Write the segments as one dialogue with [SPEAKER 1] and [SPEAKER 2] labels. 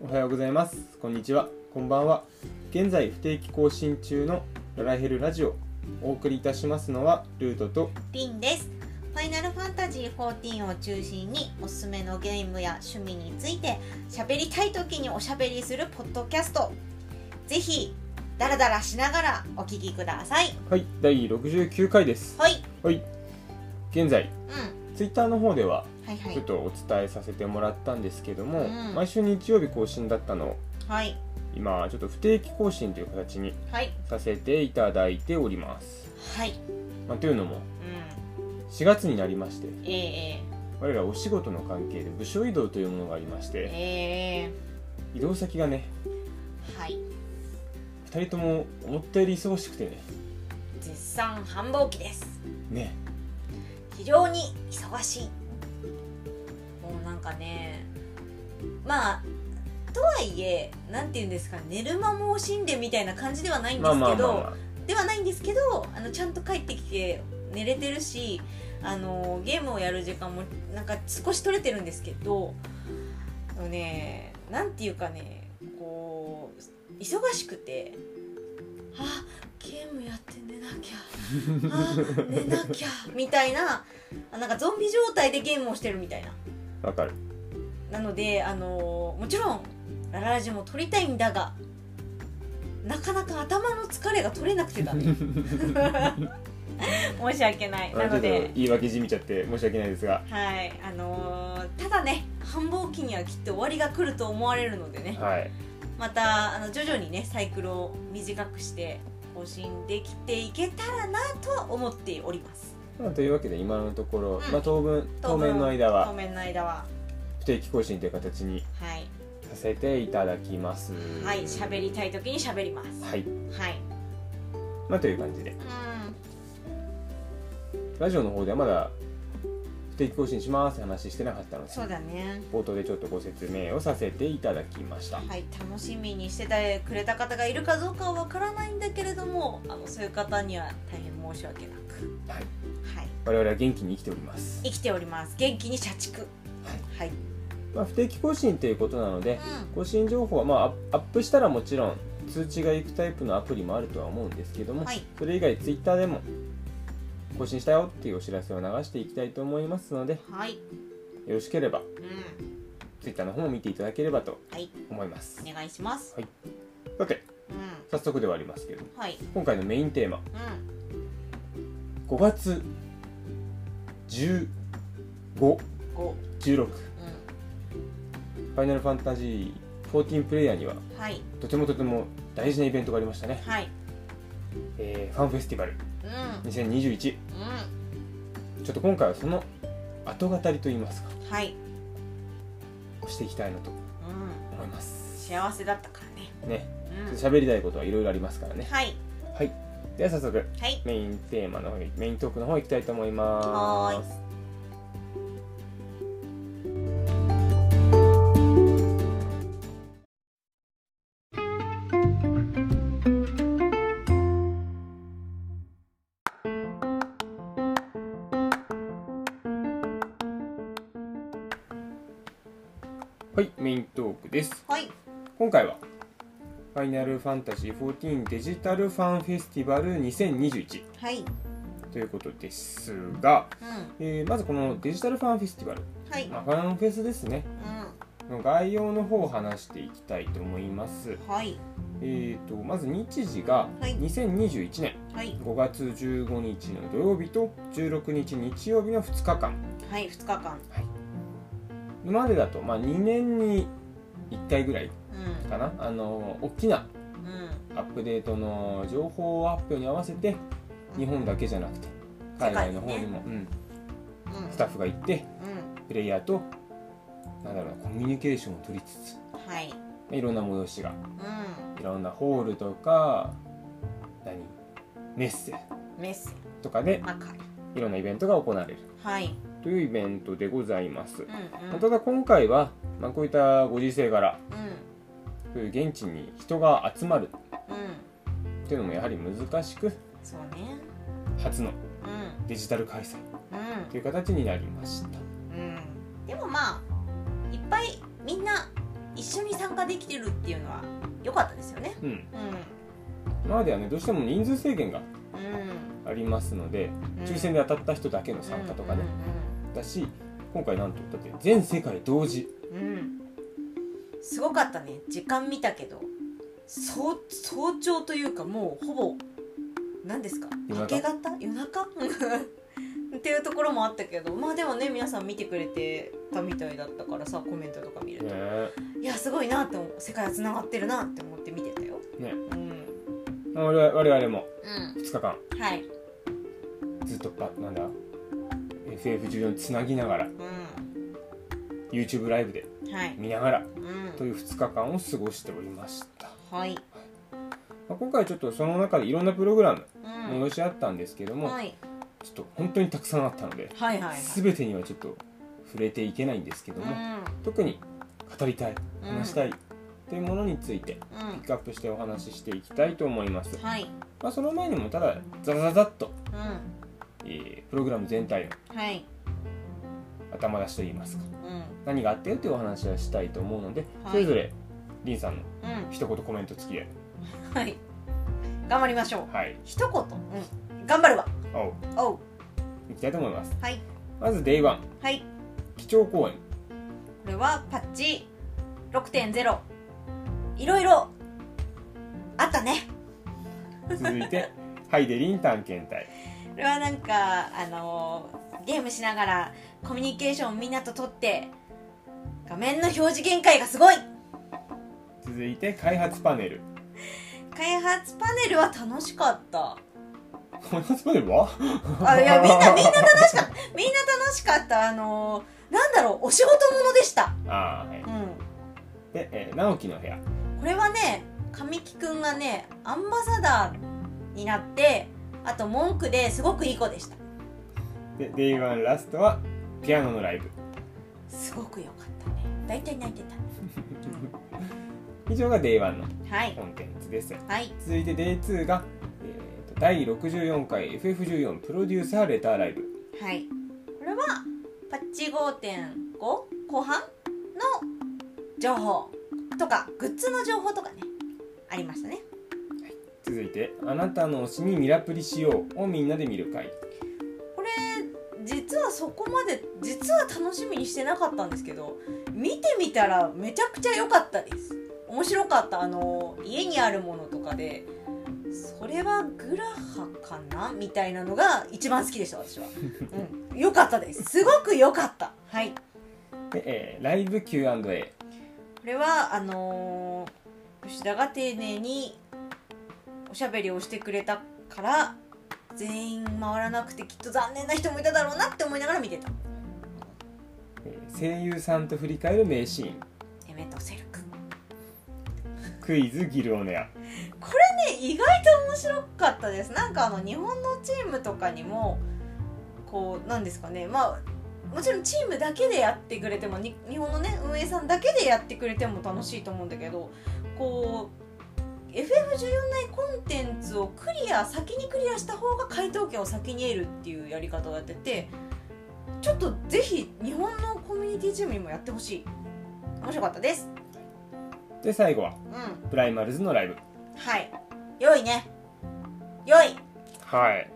[SPEAKER 1] おはようございますこんにちはこんばんは現在不定期更新中のララヘルラジオお送りいたしますのはルートと
[SPEAKER 2] リンです。ファイナルファンタジー14を中心におすすめのゲームや趣味について喋りたい時におしゃべりするポッドキャスト。ぜひダラダラしながらお聞きください。
[SPEAKER 1] はい第69回です
[SPEAKER 2] はい。
[SPEAKER 1] はい現在
[SPEAKER 2] うん。
[SPEAKER 1] ツイッターの方では
[SPEAKER 2] はいは
[SPEAKER 1] ちょっ
[SPEAKER 2] い。
[SPEAKER 1] とお伝えさせてもらったんですけども、
[SPEAKER 2] うん
[SPEAKER 1] 毎週日曜日更新だったのを
[SPEAKER 2] はい。
[SPEAKER 1] 今ちょっと不定期更新という形に
[SPEAKER 2] はい。
[SPEAKER 1] させていただいております、
[SPEAKER 2] はい。
[SPEAKER 1] まあ、というのも
[SPEAKER 2] うん。
[SPEAKER 1] 4月になりまして
[SPEAKER 2] ええ
[SPEAKER 1] 我らお仕事の関係で部署移動というものがありまし
[SPEAKER 2] ええ
[SPEAKER 1] て
[SPEAKER 2] え
[SPEAKER 1] 移動先がね
[SPEAKER 2] えはい。
[SPEAKER 1] 2人とも思ったより忙しくてね
[SPEAKER 2] 絶賛繁忙期です。
[SPEAKER 1] ね
[SPEAKER 2] 非常に忙しいもうなんかねまあとはいえなんて言うんですか寝る間も惜しんでみたいな感じではないんです
[SPEAKER 1] まあ
[SPEAKER 2] けど、
[SPEAKER 1] まあまあ、ま
[SPEAKER 2] ではないんですけどあのちゃんと帰ってきて寝れてるしあのゲームをやる時間もなんか少し取れてるんですけどあのねなんていうかねこう忙しくてあゲームやって寝なきゃあ寝なきゃみたいなあなんかゾンビ状態でゲームをしてるみたいな
[SPEAKER 1] あわかる
[SPEAKER 2] なのであのもちろんラララジも撮りたいんだがなかなか頭の疲れが取れなくてだ 申し訳ない
[SPEAKER 1] まあ
[SPEAKER 2] な
[SPEAKER 1] ちょっと
[SPEAKER 2] ので
[SPEAKER 1] 言い訳じみちゃって申し訳ないですが
[SPEAKER 2] はいあのーただね繁忙期にはきっと終わりが来ると思われるのでね
[SPEAKER 1] はい
[SPEAKER 2] またあの徐々にねサイクルを短くして更新できていけたらなとは思っております
[SPEAKER 1] まあ、というわけで今のところ、
[SPEAKER 2] ん
[SPEAKER 1] まあ、当分当面の間
[SPEAKER 2] 当
[SPEAKER 1] は
[SPEAKER 2] 面の間は
[SPEAKER 1] 不定期更新という形に
[SPEAKER 2] はい
[SPEAKER 1] させていただきます
[SPEAKER 2] はい、喋りたい時に喋ります。
[SPEAKER 1] はい
[SPEAKER 2] はい。
[SPEAKER 1] まあという感じで
[SPEAKER 2] う
[SPEAKER 1] ラジオの方ではまだ不定期更新しますって話してなかったの
[SPEAKER 2] ん、
[SPEAKER 1] で
[SPEAKER 2] そうだね。
[SPEAKER 1] 冒頭でちょっとご説明をさせていただきました
[SPEAKER 2] はい、楽しみにしててくれた方がいるかどうかはわからないんだけれども、あのそういう方には大変申し訳なく、
[SPEAKER 1] はい
[SPEAKER 2] はい、
[SPEAKER 1] 我々は元気に生きております、
[SPEAKER 2] 生きております。元気に社畜。はい。
[SPEAKER 1] まあ、不定期更新ということなので
[SPEAKER 2] う
[SPEAKER 1] 更新情報は、まあアップ、アップしたらもちろん通知が行くタイプのアプリもあるとは思うんですけども、
[SPEAKER 2] ん、はい、
[SPEAKER 1] それ以外ツイッターでも更新したよっていうお知らせを流していきたいと思いますのでよ
[SPEAKER 2] はい、
[SPEAKER 1] ろしければ
[SPEAKER 2] うん、
[SPEAKER 1] ツイッターの方も見ていただければと
[SPEAKER 2] はい、
[SPEAKER 1] 思います
[SPEAKER 2] お願いします。
[SPEAKER 1] さて
[SPEAKER 2] う
[SPEAKER 1] 早速ではありますけど
[SPEAKER 2] ん、はい、
[SPEAKER 1] 今回のメインテーマ
[SPEAKER 2] うん、
[SPEAKER 1] 5月1516
[SPEAKER 2] 五、
[SPEAKER 1] フ
[SPEAKER 2] う
[SPEAKER 1] ァイナルファンタジー14プレイヤーには
[SPEAKER 2] ん、はい、
[SPEAKER 1] とてもとても大事なイベントがありましたね、
[SPEAKER 2] はい、
[SPEAKER 1] えーファンフェスティバル
[SPEAKER 2] うん、
[SPEAKER 1] 2021ち
[SPEAKER 2] う
[SPEAKER 1] ょっと今回はその後語りといいますか
[SPEAKER 2] ん、はい、
[SPEAKER 1] をしていきたいなと
[SPEAKER 2] うん、
[SPEAKER 1] 思います
[SPEAKER 2] 幸せだったから
[SPEAKER 1] ね
[SPEAKER 2] ね。うん、
[SPEAKER 1] 喋りたいことはいろいろありますからね
[SPEAKER 2] はい、
[SPEAKER 1] はいでは早速
[SPEAKER 2] はい、
[SPEAKER 1] メインテーマの方にメイントークの方行きたいと思います
[SPEAKER 2] はー
[SPEAKER 1] はいメイントークです
[SPEAKER 2] はい、
[SPEAKER 1] 今回はファイナルファンタジー14デジタルファンフェスティバル2021
[SPEAKER 2] はい、
[SPEAKER 1] ということですが、
[SPEAKER 2] うん、
[SPEAKER 1] えーまずこのデジタルファンフェスティバル、
[SPEAKER 2] はい、
[SPEAKER 1] まあ、ファンフェスですね
[SPEAKER 2] う
[SPEAKER 1] の概要の方を話していきたいと思います
[SPEAKER 2] ん、はい、
[SPEAKER 1] えー、とまず日時が
[SPEAKER 2] はい
[SPEAKER 1] 2021年
[SPEAKER 2] はい。
[SPEAKER 1] 5月15日の土曜日と16日日曜日の2日間
[SPEAKER 2] はい、2日間。
[SPEAKER 1] 今までだと、まあ、2年に1回ぐらい
[SPEAKER 2] うん。
[SPEAKER 1] かなあの大きな
[SPEAKER 2] うん。
[SPEAKER 1] アップデートの情報発表に合わせて日本だけじゃなくて海外の方にも、うん
[SPEAKER 2] うん。
[SPEAKER 1] スタッフが行って
[SPEAKER 2] う
[SPEAKER 1] プレイヤーとなんだろうなコミュニケーションを取りつつ
[SPEAKER 2] ん。はい。
[SPEAKER 1] まあいろんな催しが
[SPEAKER 2] う
[SPEAKER 1] いろんなホールとか何メッセ
[SPEAKER 2] ん。メッセ。
[SPEAKER 1] とかで
[SPEAKER 2] 魔界。
[SPEAKER 1] いろんなイベントが行われる
[SPEAKER 2] はい。
[SPEAKER 1] というイベントでございます
[SPEAKER 2] うん。うん。
[SPEAKER 1] ただ今回は、まあ、こういったご時世柄
[SPEAKER 2] うん。
[SPEAKER 1] そういう現地に人が集まる
[SPEAKER 2] うん。
[SPEAKER 1] っていうのもやはり難しく
[SPEAKER 2] そうね。
[SPEAKER 1] 初の
[SPEAKER 2] うん。
[SPEAKER 1] デジタル開催
[SPEAKER 2] うん。
[SPEAKER 1] という形になりました
[SPEAKER 2] うん。でもまあ、いっぱいみんな一緒に参加できてるっていうのは良かったですよね
[SPEAKER 1] うん、
[SPEAKER 2] うん
[SPEAKER 1] 今まではねどうしても人数制限が
[SPEAKER 2] うん
[SPEAKER 1] ありますので抽選で当たった人だけの参加とかね、だし今回なんとだって全世界同時
[SPEAKER 2] うんうんうんうんすごかったね時間見たけど早早朝というかもうほぼ何ですか
[SPEAKER 1] 夜
[SPEAKER 2] 明
[SPEAKER 1] 中
[SPEAKER 2] け方夜中 っていうところもあったけどまあでもね皆さん見てくれてたみたいだったからさコメントとか見ると、
[SPEAKER 1] ね
[SPEAKER 2] いやすごいなって思う世界はつながってるなって思って見てたよ
[SPEAKER 1] ね
[SPEAKER 2] うん
[SPEAKER 1] 我々我々も
[SPEAKER 2] う
[SPEAKER 1] 2日間
[SPEAKER 2] んはい
[SPEAKER 1] ずっとばなんだ FF14 つなぎながら
[SPEAKER 2] う
[SPEAKER 1] YouTube ライブで
[SPEAKER 2] んはい
[SPEAKER 1] 見ながら
[SPEAKER 2] うん
[SPEAKER 1] という2日間を過ごしておりました、
[SPEAKER 2] はい
[SPEAKER 1] まあ、今回ちょっとその中でいろんなプログラム
[SPEAKER 2] うん
[SPEAKER 1] 戻し合ったんですけども、
[SPEAKER 2] はい
[SPEAKER 1] ちょっと本当にたくさんあったので
[SPEAKER 2] はいはいはい
[SPEAKER 1] 全てにはちょっと触れていけないんですけども、特に語りたい
[SPEAKER 2] うん
[SPEAKER 1] 話したいっていうものについて
[SPEAKER 2] うん
[SPEAKER 1] ピックアップしてお話ししていきたいと思います、
[SPEAKER 2] うんはい
[SPEAKER 1] まあ、その前にもただザザザッと、
[SPEAKER 2] うん
[SPEAKER 1] えープログラム全体の
[SPEAKER 2] はい
[SPEAKER 1] 頭出しといいますか
[SPEAKER 2] うん
[SPEAKER 1] 何があったよというお話はしたいと思うので、
[SPEAKER 2] はい
[SPEAKER 1] それぞれリンさんの
[SPEAKER 2] う
[SPEAKER 1] 一言コメント付きで
[SPEAKER 2] んはい頑張りましょう
[SPEAKER 1] はい
[SPEAKER 2] 一言うん頑張るわ
[SPEAKER 1] おう
[SPEAKER 2] おう
[SPEAKER 1] いきたいと思います
[SPEAKER 2] はい
[SPEAKER 1] まず Day1
[SPEAKER 2] はい
[SPEAKER 1] 基調講演
[SPEAKER 2] これはパッチ6.0いろいろあったね
[SPEAKER 1] 続い てハイデリン探検隊
[SPEAKER 2] これはなんかあのーゲームしながらコミュニケーションをみんなと取って画面の表示限界がすごい
[SPEAKER 1] 続いて開発パネル
[SPEAKER 2] 開発パネルは楽しかった
[SPEAKER 1] 開発パネルは
[SPEAKER 2] あいやみんなみんな楽しかったみんな楽しかったあのーなんだろうお仕事ものでした
[SPEAKER 1] あー、はい、
[SPEAKER 2] うん
[SPEAKER 1] で、えー直樹の部屋
[SPEAKER 2] これはね神木くんがねアンバサダーになってあと文句ですごくいい子でした
[SPEAKER 1] で Day1 ラストはピアノのライブ
[SPEAKER 2] すごく良かったね大体泣いてた、う
[SPEAKER 1] 以上が Day1 の
[SPEAKER 2] ん、はい
[SPEAKER 1] コンテンツです
[SPEAKER 2] はい
[SPEAKER 1] 続いて Day2 が、えーと第64回 FF14 プロデューサーレターライブ
[SPEAKER 2] はい、これはパッチ5.5後半の情報とかグッズの情報とかねありましたね
[SPEAKER 1] 続いて「あなたの推しにミラプリしよう」をみんなで見る会
[SPEAKER 2] これ実はそこまで実は楽しみにしてなかったんですけど見てみたらめちゃくちゃ良かったです面白かったあの家にあるものとかでそれはグラハかなみたいなのが一番好きでした私は、うん、良かったですすごく良かったはい
[SPEAKER 1] で、えーライブ Q&A
[SPEAKER 2] これはあのー吉田が丁寧におしゃべりをしてくれたから全員回らなくてきっと残念な人もいただろうなって思いながら見てた
[SPEAKER 1] えー声優さんと振り返る名シーン
[SPEAKER 2] エメとセル君ね
[SPEAKER 1] クイズギルオネア
[SPEAKER 2] 意外と面白かったですなんかあの日本のチームとかにもこうなんですかねまあもちろんチームだけでやってくれてもに日本のね運営さんだけでやってくれても楽しいと思うんだけどこう FF14 内コンテンツをクリア先にクリアした方が回答権を先に得るっていうやり方をやっててちょっとぜひ日本のコミュニティチームにもやってほしい面白かったです
[SPEAKER 1] で最後は
[SPEAKER 2] うん
[SPEAKER 1] プライマルズのライブ
[SPEAKER 2] はい良いね良い
[SPEAKER 1] はい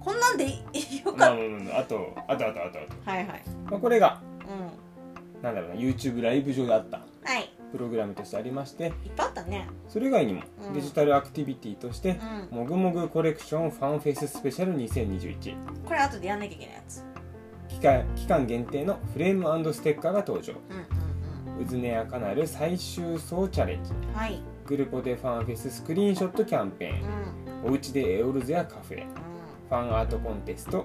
[SPEAKER 2] こんなんでいい
[SPEAKER 1] ま
[SPEAKER 2] よか
[SPEAKER 1] あ
[SPEAKER 2] っ
[SPEAKER 1] まあまああとあとあとあとあと、
[SPEAKER 2] た。はいはい。
[SPEAKER 1] まあ、これが
[SPEAKER 2] うん。
[SPEAKER 1] なんだろうな YouTube ライブ上であった
[SPEAKER 2] はい。
[SPEAKER 1] プログラムとしてありまして
[SPEAKER 2] いっぱいあったね。
[SPEAKER 1] それ以外にも
[SPEAKER 2] うん
[SPEAKER 1] デジタルアクティビティとして
[SPEAKER 2] う
[SPEAKER 1] もぐもぐコレクションファンフェススペシャル2021
[SPEAKER 2] ん。これ後でやんなきゃいけないやつ。
[SPEAKER 1] 期間期間限定のフレームステッカーが登場
[SPEAKER 2] うんうん
[SPEAKER 1] うずねやかなる最終層チャレンジ
[SPEAKER 2] うん。はい。
[SPEAKER 1] グルポでファンフェススクリーンショットキャンペ
[SPEAKER 2] うん
[SPEAKER 1] ー
[SPEAKER 2] う
[SPEAKER 1] ンお
[SPEAKER 2] ん。
[SPEAKER 1] うちでエオルズやカフェファンアートコンテスト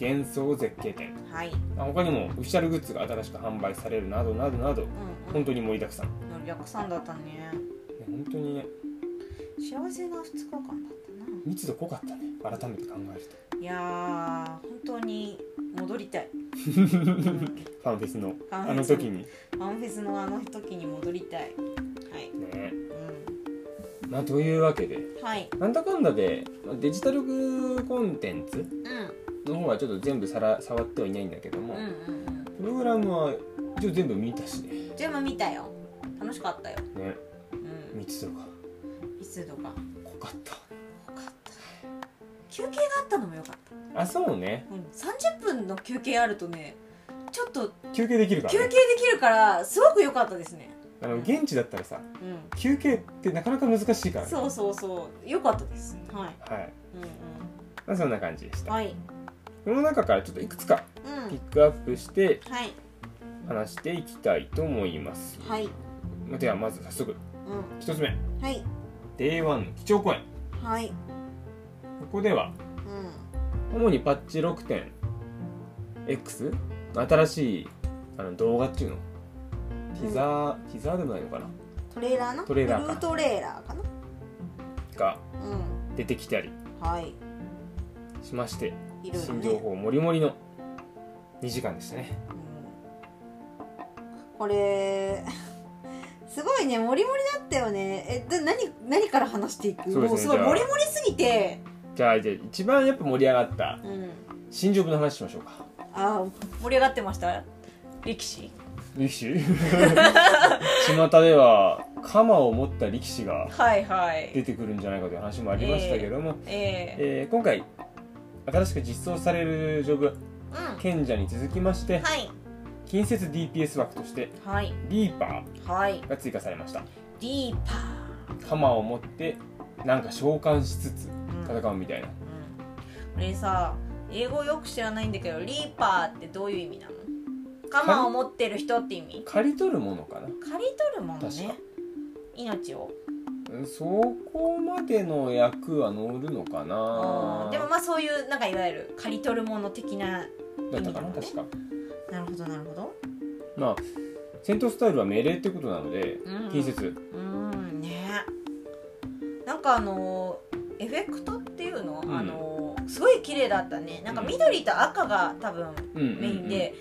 [SPEAKER 1] 幻想絶景展
[SPEAKER 2] はい。
[SPEAKER 1] まあ他にもオフィシャルグッズが新しく販売されるなどなどなど
[SPEAKER 2] うん
[SPEAKER 1] 本
[SPEAKER 2] うん。
[SPEAKER 1] 当に盛りだくさんね
[SPEAKER 2] 盛りだくさんだったね。
[SPEAKER 1] 本当にね
[SPEAKER 2] 幸せな2日間だった
[SPEAKER 1] 密度濃かったね改めて考えると
[SPEAKER 2] な。いやー、本当に戻り たい。うん
[SPEAKER 1] ファンフェスの
[SPEAKER 2] ァンフェス
[SPEAKER 1] あの時に
[SPEAKER 2] ワンフェスのあの時に戻りたい。はい。
[SPEAKER 1] ね
[SPEAKER 2] う
[SPEAKER 1] まあというわけで
[SPEAKER 2] ん。はい。
[SPEAKER 1] なんだかんだでまあデジタルコンテンツ
[SPEAKER 2] うん。
[SPEAKER 1] の方はちょっと全部さら触ってはいないんだけども、
[SPEAKER 2] うんうんうん。
[SPEAKER 1] プログラムは一応全部見たしね
[SPEAKER 2] 全部見たよ。楽しかったよ、
[SPEAKER 1] ね
[SPEAKER 2] うん、
[SPEAKER 1] 密度が
[SPEAKER 2] 密度が
[SPEAKER 1] 濃かった
[SPEAKER 2] 多かった休憩があったのもよかった、
[SPEAKER 1] あそうね
[SPEAKER 2] うん、30分の休憩あるとねちょっと
[SPEAKER 1] 休憩できるか
[SPEAKER 2] 休
[SPEAKER 1] ら、
[SPEAKER 2] 憩で
[SPEAKER 1] ね、
[SPEAKER 2] きるからすごく良かったですね
[SPEAKER 1] あの現地だったらさ
[SPEAKER 2] うん
[SPEAKER 1] 休憩ってなかなか難しいからね
[SPEAKER 2] そうそうそう良かったですはい
[SPEAKER 1] はい
[SPEAKER 2] うん
[SPEAKER 1] まあそんな感じでし
[SPEAKER 2] うん
[SPEAKER 1] た、
[SPEAKER 2] はい
[SPEAKER 1] この中からちょっといくつか
[SPEAKER 2] う
[SPEAKER 1] ピッ
[SPEAKER 2] ん
[SPEAKER 1] クアップして
[SPEAKER 2] はい
[SPEAKER 1] 話していきたいと思います、
[SPEAKER 2] はい
[SPEAKER 1] ではまず早速
[SPEAKER 2] う
[SPEAKER 1] 1つ目
[SPEAKER 2] んはい
[SPEAKER 1] Day1 の基調公演
[SPEAKER 2] はい
[SPEAKER 1] ここでは
[SPEAKER 2] う
[SPEAKER 1] 主にパッチ 6.x 新しいあの動画っていうのティザー、ティザーでもないのかなん
[SPEAKER 2] トレーラーな
[SPEAKER 1] トレーラーか
[SPEAKER 2] ブルートレーラーかな
[SPEAKER 1] が
[SPEAKER 2] うん
[SPEAKER 1] 出てきたり
[SPEAKER 2] はい
[SPEAKER 1] しまして
[SPEAKER 2] いろいろ
[SPEAKER 1] 新
[SPEAKER 2] ね
[SPEAKER 1] 情報もりもりの2時間でしたね
[SPEAKER 2] これすごいねモリモリだったよねえだ何何から話していく
[SPEAKER 1] そうですね
[SPEAKER 2] もうすごい
[SPEAKER 1] じゃあ
[SPEAKER 2] モリモリすぎて、
[SPEAKER 1] じゃあじゃあ一番やっぱ盛り上がった
[SPEAKER 2] うん、
[SPEAKER 1] 新情報の話しましょうか
[SPEAKER 2] あー盛り上がってました力士
[SPEAKER 1] 力 士巷では鎌を持った力士が
[SPEAKER 2] はいはい
[SPEAKER 1] 出てくるんじゃないかという話もありましたけども、
[SPEAKER 2] ええ
[SPEAKER 1] えー今回新しく実装されるジョブ賢者に続きまして
[SPEAKER 2] うんはい
[SPEAKER 1] 近接 DPS 枠として
[SPEAKER 2] はい
[SPEAKER 1] リーパ
[SPEAKER 2] はい
[SPEAKER 1] ーが追加されました
[SPEAKER 2] ディーパ
[SPEAKER 1] 鎌を持ってなんか召喚しつつ
[SPEAKER 2] ー、うんうん、
[SPEAKER 1] 戦うみたいな
[SPEAKER 2] これさ英語よく知らないんだけどリーパーってどういう意味なの鎌を持ってる人って意味
[SPEAKER 1] 刈り取るものかな
[SPEAKER 2] 刈り取るもの
[SPEAKER 1] 確
[SPEAKER 2] ね
[SPEAKER 1] か
[SPEAKER 2] 命を
[SPEAKER 1] うんそこまでの役は乗るのか
[SPEAKER 2] あ
[SPEAKER 1] な
[SPEAKER 2] ーでもまあそういうなんかいわゆる刈り取るもの的な
[SPEAKER 1] だったかな
[SPEAKER 2] 意味だね
[SPEAKER 1] 確か
[SPEAKER 2] なるほどなるほど
[SPEAKER 1] まあ戦闘スタイルは命令ってことなので
[SPEAKER 2] うん
[SPEAKER 1] 近接
[SPEAKER 2] うーんねなんかあのーエフェクトっていうの、
[SPEAKER 1] うん
[SPEAKER 2] あのーすごい綺麗だったねなんか緑と赤が多分
[SPEAKER 1] うんうんうん
[SPEAKER 2] メインで、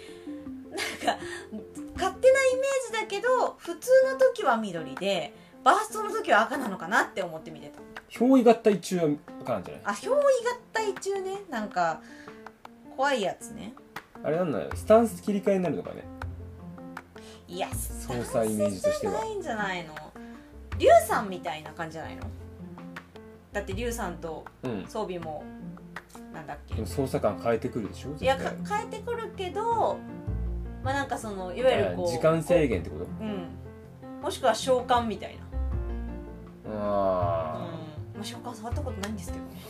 [SPEAKER 2] なんか勝手なイメージだけど普通の時は緑でバーストの時は赤なのかなって思って見てた
[SPEAKER 1] 憑依合体中は分からんじゃない
[SPEAKER 2] あ憑依合体中ねなんか怖いやつね
[SPEAKER 1] あれなんだよスタンス切り替えになるのかね
[SPEAKER 2] いや
[SPEAKER 1] 操作イメージとしては
[SPEAKER 2] ないんじゃないの龍さんみたいな感じじゃないのだって龍さんと
[SPEAKER 1] うん
[SPEAKER 2] 装備もなんだっけ
[SPEAKER 1] でも操作感変えてくるでしょ絶対
[SPEAKER 2] いやか変えてくるけどまあなんかそのいわゆるこう
[SPEAKER 1] 時間制限ってこと
[SPEAKER 2] うんもしくは召喚みたいな、うん
[SPEAKER 1] あ
[SPEAKER 2] まあ、召喚触ったことないんですけどね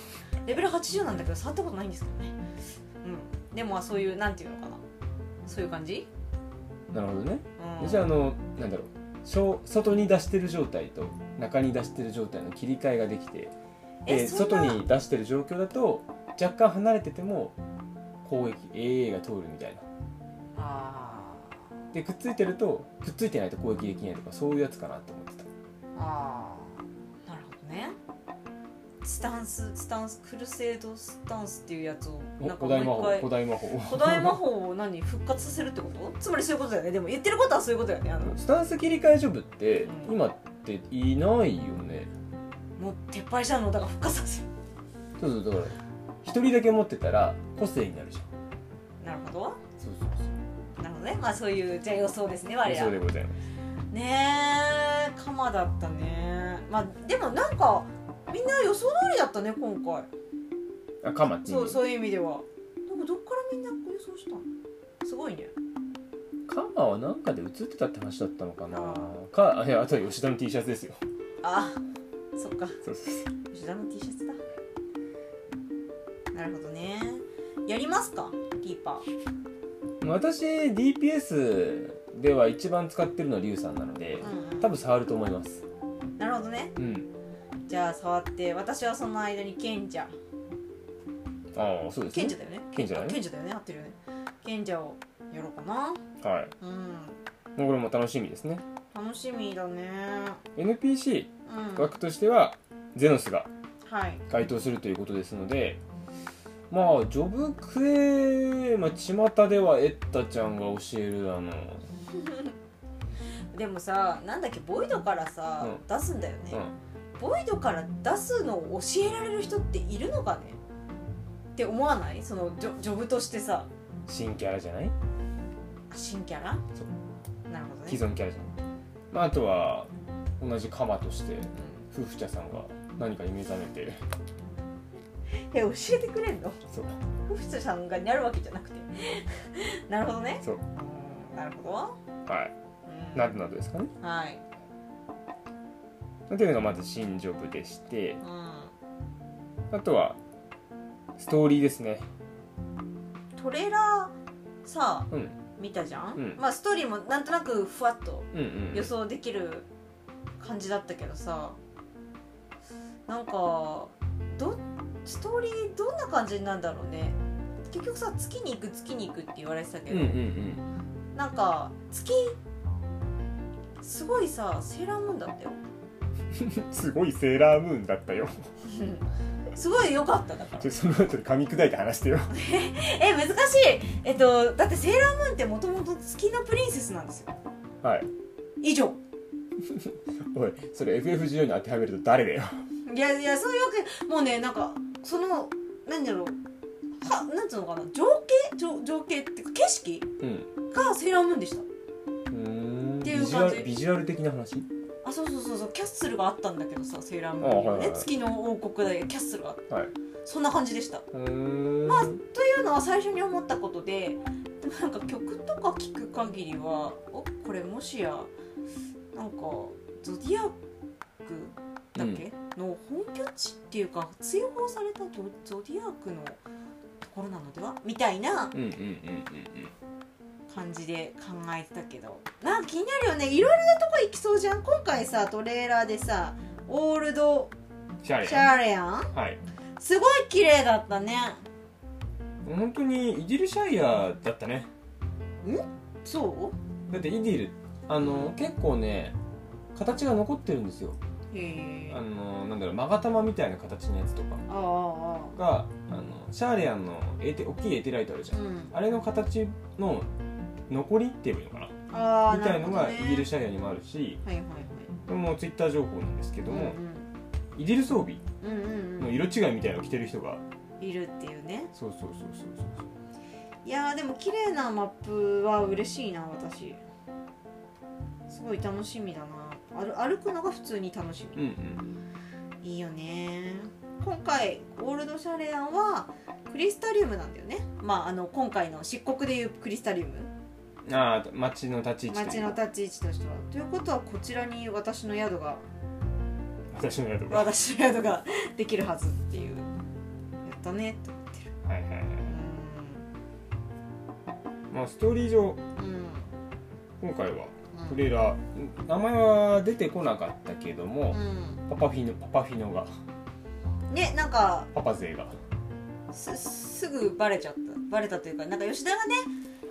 [SPEAKER 2] レベル80なんだけど触ったことないんですけどねうんでもまあそういうなんていうのかなそういう感じ、
[SPEAKER 1] あなるほどね
[SPEAKER 2] うん、
[SPEAKER 1] じゃああのなんだろう小外に出してる状態と中に出してる状態の切り替えができて
[SPEAKER 2] え
[SPEAKER 1] で
[SPEAKER 2] そんな
[SPEAKER 1] 外に出してる状況だと若干離れてても攻撃 AA が通るみたいな
[SPEAKER 2] あー
[SPEAKER 1] でくっついてるとくっついてないと攻撃できないとかそういうやつかなと思って
[SPEAKER 2] ああなるほどねスタンススタンスクルセイドスタンスっていうやつを
[SPEAKER 1] た
[SPEAKER 2] なんか
[SPEAKER 1] 古代魔
[SPEAKER 2] もう
[SPEAKER 1] 法
[SPEAKER 2] 一
[SPEAKER 1] 古
[SPEAKER 2] 回
[SPEAKER 1] 代魔法
[SPEAKER 2] 古代 魔法を何復活させるってことつまりそういうことだよねでも言ってることはそういうことだよねあの
[SPEAKER 1] スタンス切り替えジョブって
[SPEAKER 2] うん
[SPEAKER 1] 今っていないよね
[SPEAKER 2] もう撤廃したのをだから復活させる
[SPEAKER 1] そうそうだから一人だけ持ってたら個性になるじゃん
[SPEAKER 2] なるほど
[SPEAKER 1] そうそうそう
[SPEAKER 2] なるほどねまあそういうじゃあ予想ですね我ら
[SPEAKER 1] そうでございます
[SPEAKER 2] ねえ鎌だったねまあでもなんかみんな予想通りだったね今回
[SPEAKER 1] あカマっていう
[SPEAKER 2] そうそういう意味ではなんかどっからみんな予想したのすごいね
[SPEAKER 1] カマはなんかで映ってたって話だったのかな
[SPEAKER 2] あ
[SPEAKER 1] かあいやあとは吉田の T シャツですよ
[SPEAKER 2] あそっか
[SPEAKER 1] そうそうそう
[SPEAKER 2] 吉田の T シャツだなるほどねやりますかリーパー
[SPEAKER 1] 私 DPS では一番使ってるのはリュウさんなので、
[SPEAKER 2] うんうん
[SPEAKER 1] 多分触ると思います
[SPEAKER 2] なるほどね
[SPEAKER 1] うん
[SPEAKER 2] じゃあ触って私はその間に賢者
[SPEAKER 1] ああそうです
[SPEAKER 2] 賢
[SPEAKER 1] ね
[SPEAKER 2] 者だよね
[SPEAKER 1] 賢者だ
[SPEAKER 2] あ
[SPEAKER 1] ね
[SPEAKER 2] 賢者だよね合ってるよね賢者をやろうかな
[SPEAKER 1] はい
[SPEAKER 2] うん
[SPEAKER 1] もうこれも楽しみですね
[SPEAKER 2] 楽しみだね
[SPEAKER 1] NPC
[SPEAKER 2] うん
[SPEAKER 1] 枠としてはゼノスが
[SPEAKER 2] はい
[SPEAKER 1] 該当するということですのでまあジョブクエまあ巷ではエッタちゃんが教えるあの
[SPEAKER 2] でもさなんだっけボイドからさ、
[SPEAKER 1] うん
[SPEAKER 2] 出すんだよね、
[SPEAKER 1] う
[SPEAKER 2] ボイドから出すのを教えられる人っているのかねって思わないそのジョジョブとしてさ
[SPEAKER 1] ん新キャラじゃない
[SPEAKER 2] 新キャラ
[SPEAKER 1] そう
[SPEAKER 2] なるほどね
[SPEAKER 1] 既存キャラじゃないまあ、あとは同じ鎌として夫婦茶さんが何かに目覚めて
[SPEAKER 2] え教えてくれんの
[SPEAKER 1] そう
[SPEAKER 2] フフさんがやるわけじゃなくて なるほどね
[SPEAKER 1] そう
[SPEAKER 2] うんなるほ
[SPEAKER 1] はい
[SPEAKER 2] ど、
[SPEAKER 1] な
[SPEAKER 2] うん
[SPEAKER 1] どなどですかね
[SPEAKER 2] はい、
[SPEAKER 1] というのがまず新ジョブでして
[SPEAKER 2] う
[SPEAKER 1] あとはストーリーですね
[SPEAKER 2] ん、トレーラーさ
[SPEAKER 1] うん
[SPEAKER 2] 見たじゃん、
[SPEAKER 1] うん
[SPEAKER 2] まあストーリーもなんとなくふわっと
[SPEAKER 1] うんうん
[SPEAKER 2] 予想できる感じだったけどさなんかどストーリーどんな感じなんだろうね結局さ月に行く月に行くって言われてたけ
[SPEAKER 1] うん
[SPEAKER 2] ど、
[SPEAKER 1] うんうん
[SPEAKER 2] なんか月すごいさセーラームーンだ ったよ
[SPEAKER 1] すごいセーラームーンだったよ
[SPEAKER 2] すごい良かっただから
[SPEAKER 1] ちょその後で噛み砕いて話して よ
[SPEAKER 2] え難しいえっとだってセーラームーンってもともと月のプリンセスなんですよ
[SPEAKER 1] はい
[SPEAKER 2] 以上
[SPEAKER 1] おいそれ FF14 に当てはめると誰だよ
[SPEAKER 2] いやいやそういうわけもうねなんかその何だろうはなんつうのかな情景情情景っていうか景色
[SPEAKER 1] うん
[SPEAKER 2] がセーラームーンでした
[SPEAKER 1] うーん
[SPEAKER 2] って
[SPEAKER 1] ビ
[SPEAKER 2] いう
[SPEAKER 1] ジュア
[SPEAKER 2] 感じ
[SPEAKER 1] ルビジュアル的な話
[SPEAKER 2] あそうそうそうそうキャッスルがあったんだけどさセーラームーンにはね、
[SPEAKER 1] あはいはいはい
[SPEAKER 2] 月の王国でキャッスルがあった、
[SPEAKER 1] はい
[SPEAKER 2] そんな感じでした
[SPEAKER 1] うーん
[SPEAKER 2] まあというのは最初に思ったことででもなんか曲とか聴く限りはおこれもしやなんかゾディアックだっけ、の本拠地っていうか追放されたゾゾディアックのところなのではみたいな
[SPEAKER 1] うんうんうん
[SPEAKER 2] 感じで考えてたけどなんか気になるよねいろいろなとこ行きそうじゃん今回さトレーラーでさオールド
[SPEAKER 1] うんうんシャレ
[SPEAKER 2] シャーレアン
[SPEAKER 1] はい
[SPEAKER 2] すごい綺麗だったね
[SPEAKER 1] 本当にイディルシャイアだったね
[SPEAKER 2] そ
[SPEAKER 1] だってイディルあの結構ね形が残ってるんですよ
[SPEAKER 2] うへえ
[SPEAKER 1] あのなんだろう勾玉みたいな形のやつとか
[SPEAKER 2] ああああ
[SPEAKER 1] があのシャーレアンのエテ大きいエテライトあるじゃん、
[SPEAKER 2] うん、
[SPEAKER 1] あれの形の残りって言えばいいのかな
[SPEAKER 2] あー
[SPEAKER 1] みたいのがイ
[SPEAKER 2] なるほどね
[SPEAKER 1] ディルシャイアにもあるし
[SPEAKER 2] はいはいはい
[SPEAKER 1] これもツイッター情報なんですけども、イディル装備
[SPEAKER 2] うんうんうんうんう
[SPEAKER 1] の
[SPEAKER 2] ん
[SPEAKER 1] 色違いみたいなのを着てる人が
[SPEAKER 2] いるっていうね
[SPEAKER 1] そうそうそうそうそう
[SPEAKER 2] いやーでも綺麗なマップは嬉しいな私すごい楽しみだな歩歩くのが普通に楽し
[SPEAKER 1] うんうん
[SPEAKER 2] みいいよね今回ゴールドシャレアンはクリスタリウムなんだよねまああの今回の漆黒でいうクリスタリウム
[SPEAKER 1] ああ街の立ち位置と
[SPEAKER 2] 街の立ち位置としてはということはこちらに私の宿が
[SPEAKER 1] 私の宿がは
[SPEAKER 2] 私の宿ができるはずっていうやったねと
[SPEAKER 1] いはいはい
[SPEAKER 2] うん
[SPEAKER 1] まあストーリー上
[SPEAKER 2] うん
[SPEAKER 1] 今回は
[SPEAKER 2] うん
[SPEAKER 1] トレーラー名前は出てこなかったけども、
[SPEAKER 2] う
[SPEAKER 1] パパフィノパパフィノが
[SPEAKER 2] ん、ねなんか
[SPEAKER 1] パパ勢が
[SPEAKER 2] すすぐバレちゃったバレたというかなんか吉田がね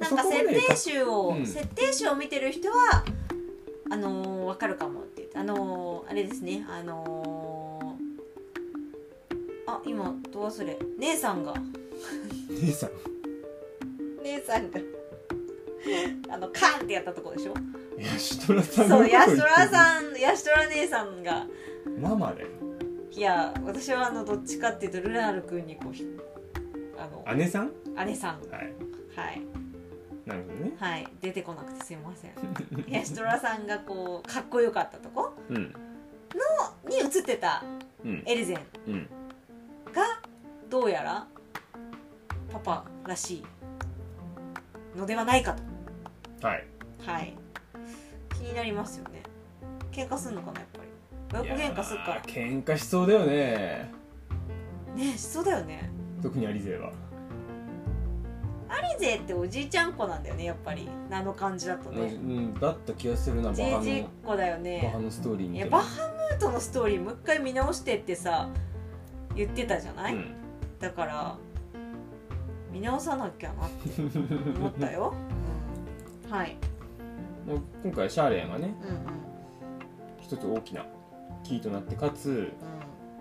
[SPEAKER 2] な
[SPEAKER 1] そ
[SPEAKER 2] んか
[SPEAKER 1] こま
[SPEAKER 2] 設
[SPEAKER 1] で
[SPEAKER 2] 定集を、
[SPEAKER 1] うん
[SPEAKER 2] 設定集を見てる人はあのー、わかるかもって言ってあのー、あれですねあのー、あ今ど忘れ姉さんが
[SPEAKER 1] 姉さん
[SPEAKER 2] 姉さんが あのカンってやったとこでしょ
[SPEAKER 1] ヤシトラさんの
[SPEAKER 2] そ
[SPEAKER 1] こ
[SPEAKER 2] う
[SPEAKER 1] と言っ
[SPEAKER 2] ヤ
[SPEAKER 1] て
[SPEAKER 2] シ
[SPEAKER 1] る
[SPEAKER 2] トラさんヤシトラ姉さんが
[SPEAKER 1] 生で
[SPEAKER 2] いや私はあのどっちかっていうとルナール君にこうひあの
[SPEAKER 1] 姉さん
[SPEAKER 2] 姉さん
[SPEAKER 1] はい
[SPEAKER 2] はい
[SPEAKER 1] なるほどね
[SPEAKER 2] はい、出てこなくてすいません。ヤシトラさんがこうかっこよかったとこ
[SPEAKER 1] うん
[SPEAKER 2] に映ってた
[SPEAKER 1] うん
[SPEAKER 2] エルゼン
[SPEAKER 1] うん
[SPEAKER 2] がどうやらパパらしいのではないかと。
[SPEAKER 1] はい
[SPEAKER 2] はい。気になりますよね。喧嘩すんのかなやっぱり。親子喧嘩するか
[SPEAKER 1] いや
[SPEAKER 2] ら
[SPEAKER 1] ー。喧嘩しそうだよね
[SPEAKER 2] ねえしそうだよね。
[SPEAKER 1] 特にアリ勢は
[SPEAKER 2] エルゼっておじいちゃん子なんだよねやっぱり。あの感じだと
[SPEAKER 1] う
[SPEAKER 2] ね。
[SPEAKER 1] んだった気がするなバ
[SPEAKER 2] じ
[SPEAKER 1] ハ
[SPEAKER 2] い
[SPEAKER 1] の
[SPEAKER 2] じいっ子だよ
[SPEAKER 1] バ
[SPEAKER 2] ね
[SPEAKER 1] ハ。のストーリー
[SPEAKER 2] い
[SPEAKER 1] 見
[SPEAKER 2] や
[SPEAKER 1] て
[SPEAKER 2] バハムートのストーリーもう一回見直してってさ言ってたじゃない、
[SPEAKER 1] うん
[SPEAKER 2] だから見直さなきゃなって思っ たよ、うん、はい、
[SPEAKER 1] もう今回シャーレンがね
[SPEAKER 2] うんうんうん、
[SPEAKER 1] 一つ大きなキーとなってかつ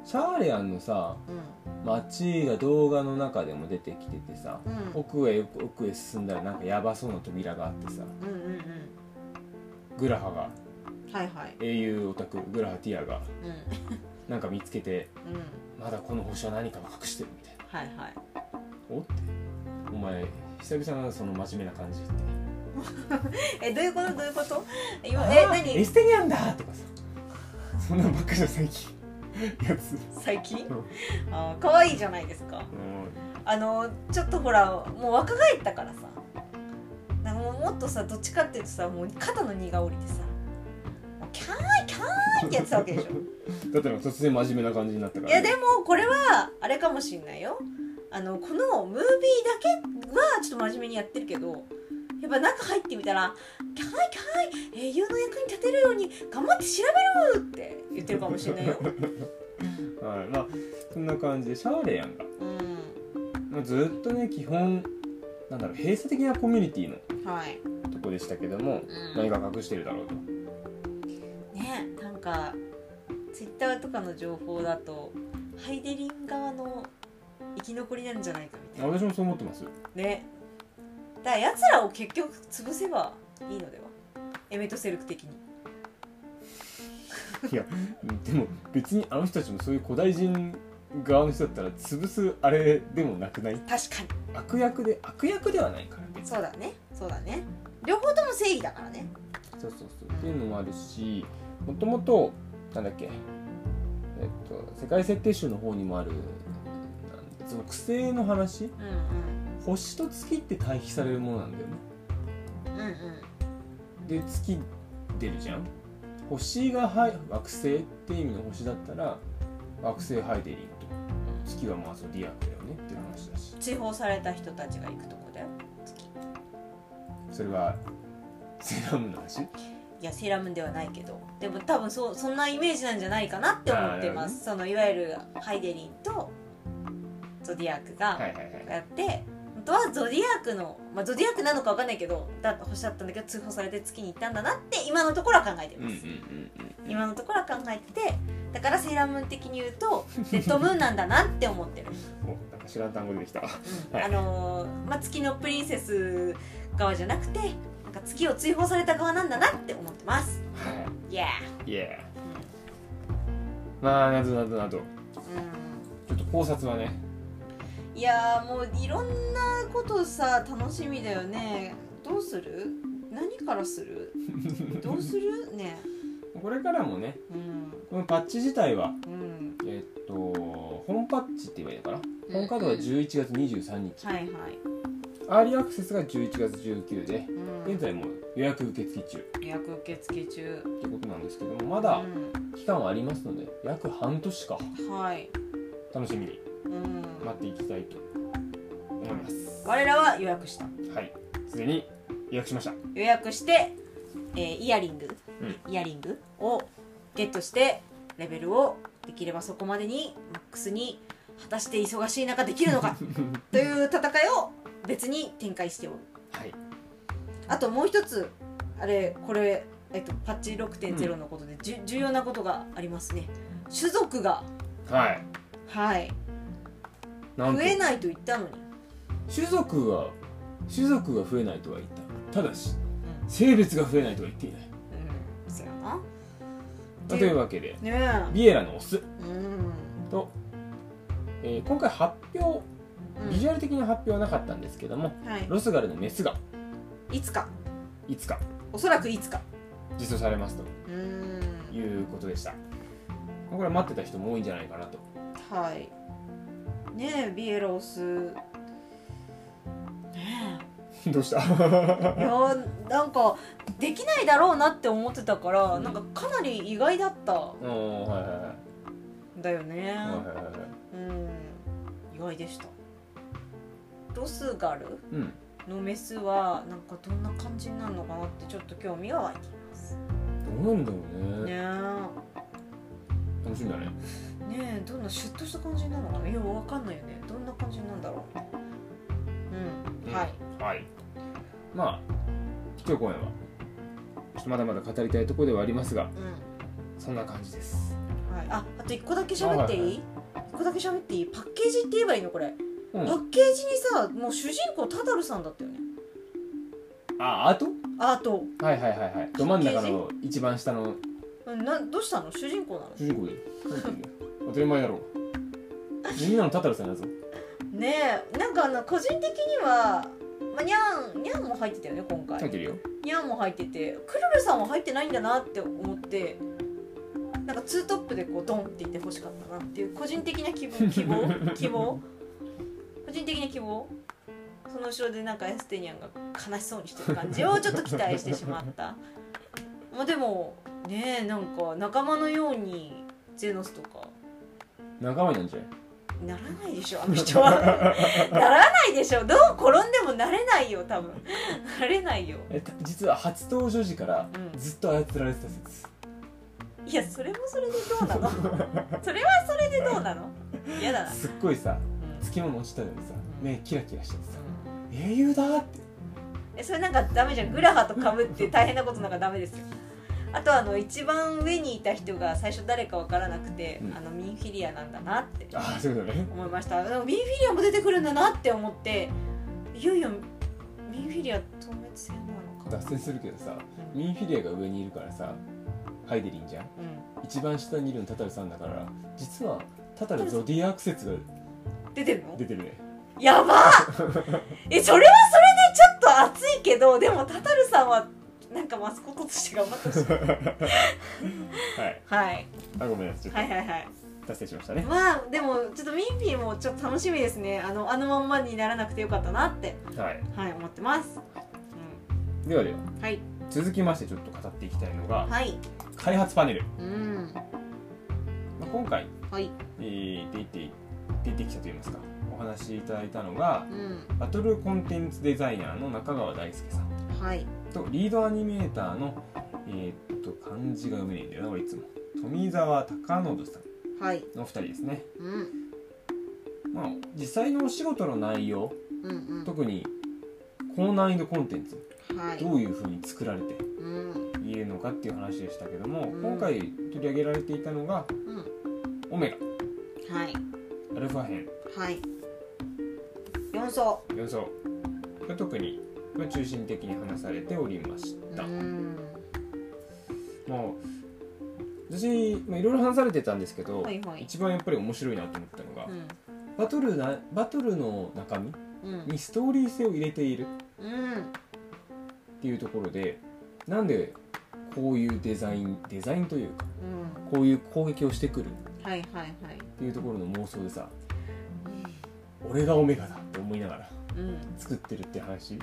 [SPEAKER 1] シャーレアンのさ街が動画の中でも出てきててさ
[SPEAKER 2] うんうん
[SPEAKER 1] 奥へ奥へ進んだらなんかやばそうな扉があってさ
[SPEAKER 2] うんうん
[SPEAKER 1] グラハが
[SPEAKER 2] うんはいはい
[SPEAKER 1] 英雄オタクグラハティアが
[SPEAKER 2] うんうん
[SPEAKER 1] なんか見つけてまだこの星は何かを隠してるみたいな
[SPEAKER 2] はいはい
[SPEAKER 1] おってお前久々なその真面目な感じって
[SPEAKER 2] えどういうことどういうこと今え
[SPEAKER 1] あー
[SPEAKER 2] 何
[SPEAKER 1] エステニアンだとかさそんなんばっかじゃん最近やつ
[SPEAKER 2] 最近
[SPEAKER 1] うん
[SPEAKER 2] あー可愛いじゃないですか
[SPEAKER 1] うん
[SPEAKER 2] あのちょっとほらもう若返ったからさなんかもうもっとさどっちかっていうとさもう肩の荷が下りてさもうキャーイキャーイってやってたわけでしょ
[SPEAKER 1] だったら突然真面目な感じになったか
[SPEAKER 2] い
[SPEAKER 1] ら、
[SPEAKER 2] やでもこれはあれかもしんないよあのこのムービーだけはちょっと真面目にやってるけどやっぱ中入ってみたら「キャーイキャーイ英雄の役に立てるように頑張って調べる!」って言ってるかもしんないよ。
[SPEAKER 1] はいまあそんな感じでシャーレやんが、
[SPEAKER 2] うん
[SPEAKER 1] まあ、ずっとね基本なんだろう閉鎖的なコミュニティの
[SPEAKER 2] はい、
[SPEAKER 1] とこでしたけども
[SPEAKER 2] うん
[SPEAKER 1] 何か隠してるだろうと
[SPEAKER 2] ねなんかツイッターとかの情報だとハイデリン側の生き残りなんじゃないかみたいな
[SPEAKER 1] 私もそう思ってます
[SPEAKER 2] ねだからやつらを結局潰せばいいのではエメトセルク的に
[SPEAKER 1] いやでも別にあの人たちもそういう古代人側の人だったら潰すあれでもなくない
[SPEAKER 2] 確かに
[SPEAKER 1] 悪役で悪役ではないから別に
[SPEAKER 2] そうだねそうだね両方とも正義だからね
[SPEAKER 1] そうそうそうっていうのもあるしもともとなんだっけえっと世界設定集の方にもあるなんその癖の話
[SPEAKER 2] うんうん
[SPEAKER 1] 星と月って対比されるものなんだよね
[SPEAKER 2] うんうん
[SPEAKER 1] で月出るじゃん星がはい惑星っていう意味の星だったら惑星ハイデリンと月はまあそのディアークだよねっていう話だし
[SPEAKER 2] 追放された人たちが行くとこだよ
[SPEAKER 1] それはセーラームーンの話
[SPEAKER 2] いやセーラームーンではないけどでも多分そうそんなイメージなんじゃないかなって思ってます、そのいわゆるハイデリンとゾディアーク
[SPEAKER 1] は
[SPEAKER 2] が
[SPEAKER 1] いはいはい
[SPEAKER 2] やって、本当はゾディアークの、まあ、ゾディアークなのか分かんないけどだ星だったんだけど通報されて月に行ったんだなって今のところは考えて
[SPEAKER 1] うんう
[SPEAKER 2] ま
[SPEAKER 1] ん
[SPEAKER 2] す、
[SPEAKER 1] うんうん
[SPEAKER 2] 今のところは考えててだからセーラームーン的に言うとデッドムーンなんだなって思ってる、
[SPEAKER 1] おなんか知らん単語出てきた
[SPEAKER 2] うん
[SPEAKER 1] はい
[SPEAKER 2] あのーまあ、月のプリンセス側じゃなくてなんか月を追放された側なんだなって思ってます
[SPEAKER 1] は
[SPEAKER 2] イエー
[SPEAKER 1] いイエーまあなどなどなど
[SPEAKER 2] うん
[SPEAKER 1] ちょっと考察はね
[SPEAKER 2] いやーもういろんなことさ楽しみだよねどうする何からするどう するね
[SPEAKER 1] これからもね
[SPEAKER 2] うん
[SPEAKER 1] このパッチ自体は
[SPEAKER 2] うん
[SPEAKER 1] えっと本パッチって言えばいいのかな本カードは
[SPEAKER 2] うん
[SPEAKER 1] 11月23日
[SPEAKER 2] はいはい、
[SPEAKER 1] アーリーアクセスが11月19で
[SPEAKER 2] う
[SPEAKER 1] 現在もう予約受付中
[SPEAKER 2] ん、予約受付中
[SPEAKER 1] ということなんですけどもまだ
[SPEAKER 2] う
[SPEAKER 1] 期間はありますので約半年か
[SPEAKER 2] ん、はい、
[SPEAKER 1] 楽しみに
[SPEAKER 2] うん
[SPEAKER 1] 待っていきたいと思います
[SPEAKER 2] 我らは予約した
[SPEAKER 1] はいすでに予約しました
[SPEAKER 2] 予約して、えーイヤリング、
[SPEAKER 1] う
[SPEAKER 2] イヤリングをゲットしてレベルをできればそこまでにマックスに果たして忙しい中できるのかという戦いを別に展開しておる
[SPEAKER 1] はい
[SPEAKER 2] あともう一つあれこれ、えっと、パッチ6.0のことで、じゅ重要なことがありますね種族が
[SPEAKER 1] はい
[SPEAKER 2] はい
[SPEAKER 1] なん
[SPEAKER 2] 増
[SPEAKER 1] と
[SPEAKER 2] えないと言ったのに、
[SPEAKER 1] 種族は種族が増えないとは言ったただし
[SPEAKER 2] う
[SPEAKER 1] 性別が増えないとは言っていない
[SPEAKER 2] んうんそうやな
[SPEAKER 1] と
[SPEAKER 2] で
[SPEAKER 1] いうわけで
[SPEAKER 2] ね
[SPEAKER 1] ビエラのオス
[SPEAKER 2] えうん
[SPEAKER 1] と、えー今回発表ビジュアル的な発表はなかったんですけども
[SPEAKER 2] うん、は
[SPEAKER 1] ロスガルのメスが
[SPEAKER 2] いいつか
[SPEAKER 1] いつか
[SPEAKER 2] おそらくいつか
[SPEAKER 1] 実装されます
[SPEAKER 2] うん
[SPEAKER 1] ということでしたこれ待ってた人も多いんじゃないかなと
[SPEAKER 2] はいねえビエロスねえ
[SPEAKER 1] ど うした
[SPEAKER 2] いやーなんかできないだろうなって思ってたから、
[SPEAKER 1] うん
[SPEAKER 2] なんかかなり意外だった
[SPEAKER 1] おーはいはいは
[SPEAKER 2] んだよね、
[SPEAKER 1] いはいはいはいはい
[SPEAKER 2] うん意外でしたロスガル
[SPEAKER 1] うん
[SPEAKER 2] のメスはなんかどんな感じになるのかなってちょっと興味が湧いています
[SPEAKER 1] どうなんだろうね
[SPEAKER 2] ね
[SPEAKER 1] 楽しみだね
[SPEAKER 2] えねえどんなシュッとした感じになるのかないやわかんないよねどんな感じになるんだろううん、
[SPEAKER 1] うん
[SPEAKER 2] はい
[SPEAKER 1] はいまあ基調講演はちょっとまだまだ語りたいところではありますが
[SPEAKER 2] うん
[SPEAKER 1] そんな感じです
[SPEAKER 2] はい、ああと一個だけ喋っていい、
[SPEAKER 1] あはいは
[SPEAKER 2] 一個だけ喋っていいパッケージって言えばいいのこれ
[SPEAKER 1] うん
[SPEAKER 2] パッケージにさもう主人公タタルさんだったよね
[SPEAKER 1] ああと
[SPEAKER 2] あと、
[SPEAKER 1] はいはいはいはいど真ん中の一番下の
[SPEAKER 2] うん、なんどうしたの主人公な
[SPEAKER 1] 主人公で当たり前だろうみんなのタタルさんだぞ
[SPEAKER 2] のねえなんかあの個人的には、まあ、にゃんにヤンも入ってたよね今
[SPEAKER 1] 書い
[SPEAKER 2] 回
[SPEAKER 1] てるよ
[SPEAKER 2] ヤンも入っててクルルさんは入ってないんだなって思ってなんかツートップでこうドンって言ってほしかったなっていう個人的な希望希望希望個人的な希望その後ろでなんかエステニャンが悲しそうにしてる感じをちょっと期待してしまったまあでもねえなんか仲間のようにゼノスとか
[SPEAKER 1] 仲間になんじゃない
[SPEAKER 2] ならないでしょあの人はならないでしょどう転んでもなれないよ多分なれないよ
[SPEAKER 1] えた実は初登場時から
[SPEAKER 2] うん
[SPEAKER 1] ずっと操られてた説、
[SPEAKER 2] いやそれもそれでどうな のそれはそれでどうなの嫌だな、
[SPEAKER 1] すっごいさ
[SPEAKER 2] うん
[SPEAKER 1] つきもの落ちたのにさ目キラキラしててさ「
[SPEAKER 2] うん
[SPEAKER 1] 英雄だ!」って
[SPEAKER 2] えそれなんかダメじゃんグラハとかぶって大変なことなんかダメですよあとあの一番上にいた人が最初誰かわからなくて、
[SPEAKER 1] うん
[SPEAKER 2] あのミンフィリアなんだなって
[SPEAKER 1] ああそういうことね
[SPEAKER 2] 思いましたでもミンフィリアも出てくるんだなって思っていよいよミンフィリア透明性なのかな
[SPEAKER 1] 脱線するけどさ
[SPEAKER 2] うん
[SPEAKER 1] ミンフィリアが上にいるからさハイデリンじゃん一番下にいるのタタルさんだから実はタタルゾディアーク説が
[SPEAKER 2] うん出てるの
[SPEAKER 1] 出てるね
[SPEAKER 2] やばっえそれはそれでちょっと熱いけどでもタタルさんはなんかマスコットとして頑張ってほし い
[SPEAKER 1] はい
[SPEAKER 2] はい
[SPEAKER 1] あごめんなさいちょっ
[SPEAKER 2] はいはいはい
[SPEAKER 1] と達成しましたね
[SPEAKER 2] まあでもちょっとミンフィーもちょっと楽しみですねあのあのまんまにならなくてよかったなって
[SPEAKER 1] はい
[SPEAKER 2] はい思ってます、
[SPEAKER 1] ではでは
[SPEAKER 2] うん、はい
[SPEAKER 1] 続きましてちょっと語っていきたいのが
[SPEAKER 2] はい
[SPEAKER 1] 開発パネル、
[SPEAKER 2] うん
[SPEAKER 1] まあ、今回、
[SPEAKER 2] はい
[SPEAKER 1] えー出て出てきたといいますかお話しいただいたのが
[SPEAKER 2] うん
[SPEAKER 1] バトルコンテンツデザイナーの中川大輔さん
[SPEAKER 2] はい
[SPEAKER 1] とリードアニメーターのえーっと漢字が読めないんだよな俺いつも富澤孝信さん
[SPEAKER 2] はい
[SPEAKER 1] の2人ですね、
[SPEAKER 2] うん
[SPEAKER 1] まあ、実際のお仕事の内容
[SPEAKER 2] うん
[SPEAKER 1] 特に高難易度コンテンツ
[SPEAKER 2] うんは
[SPEAKER 1] どういうふうに作られて
[SPEAKER 2] うん
[SPEAKER 1] いるのかっていう話でしたけども、
[SPEAKER 2] うん
[SPEAKER 1] 今回取り上げられていたのが
[SPEAKER 2] うん
[SPEAKER 1] オメ
[SPEAKER 2] はい
[SPEAKER 1] ガアルファ編
[SPEAKER 2] はい4層
[SPEAKER 1] 予想が特にまあ中心的に話されておりました、
[SPEAKER 2] ん
[SPEAKER 1] もう私まあいろいろ話されてたんですけど、
[SPEAKER 2] はいはい
[SPEAKER 1] 一番やっぱり面白いなと思ったのが、
[SPEAKER 2] うん
[SPEAKER 1] バトルなバトルの中身
[SPEAKER 2] うん
[SPEAKER 1] にストーリー性を入れている
[SPEAKER 2] うん
[SPEAKER 1] っていうところでなんでこういうデザインデザインというか
[SPEAKER 2] うん
[SPEAKER 1] こういう攻撃をしてくるっ
[SPEAKER 2] はいはいはい。
[SPEAKER 1] ていうところの妄想でさ俺がオメガだって思いながら
[SPEAKER 2] うん、
[SPEAKER 1] 作ってるって話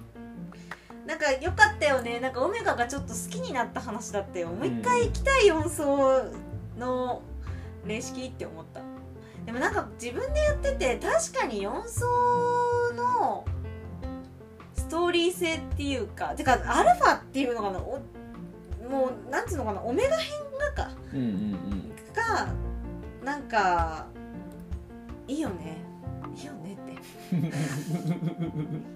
[SPEAKER 2] なんか良かったよねなんかオメガがちょっと好きになった話だったよもう一回行きたい4層の霊式って思ったでもなんか自分でやってて確かに4層のストーリー性っていうかてかアルファっていうのかなおもうなんつうのかなオメガ編がか
[SPEAKER 1] うんうん
[SPEAKER 2] がなんかいいよねいいよねっ
[SPEAKER 1] う
[SPEAKER 2] て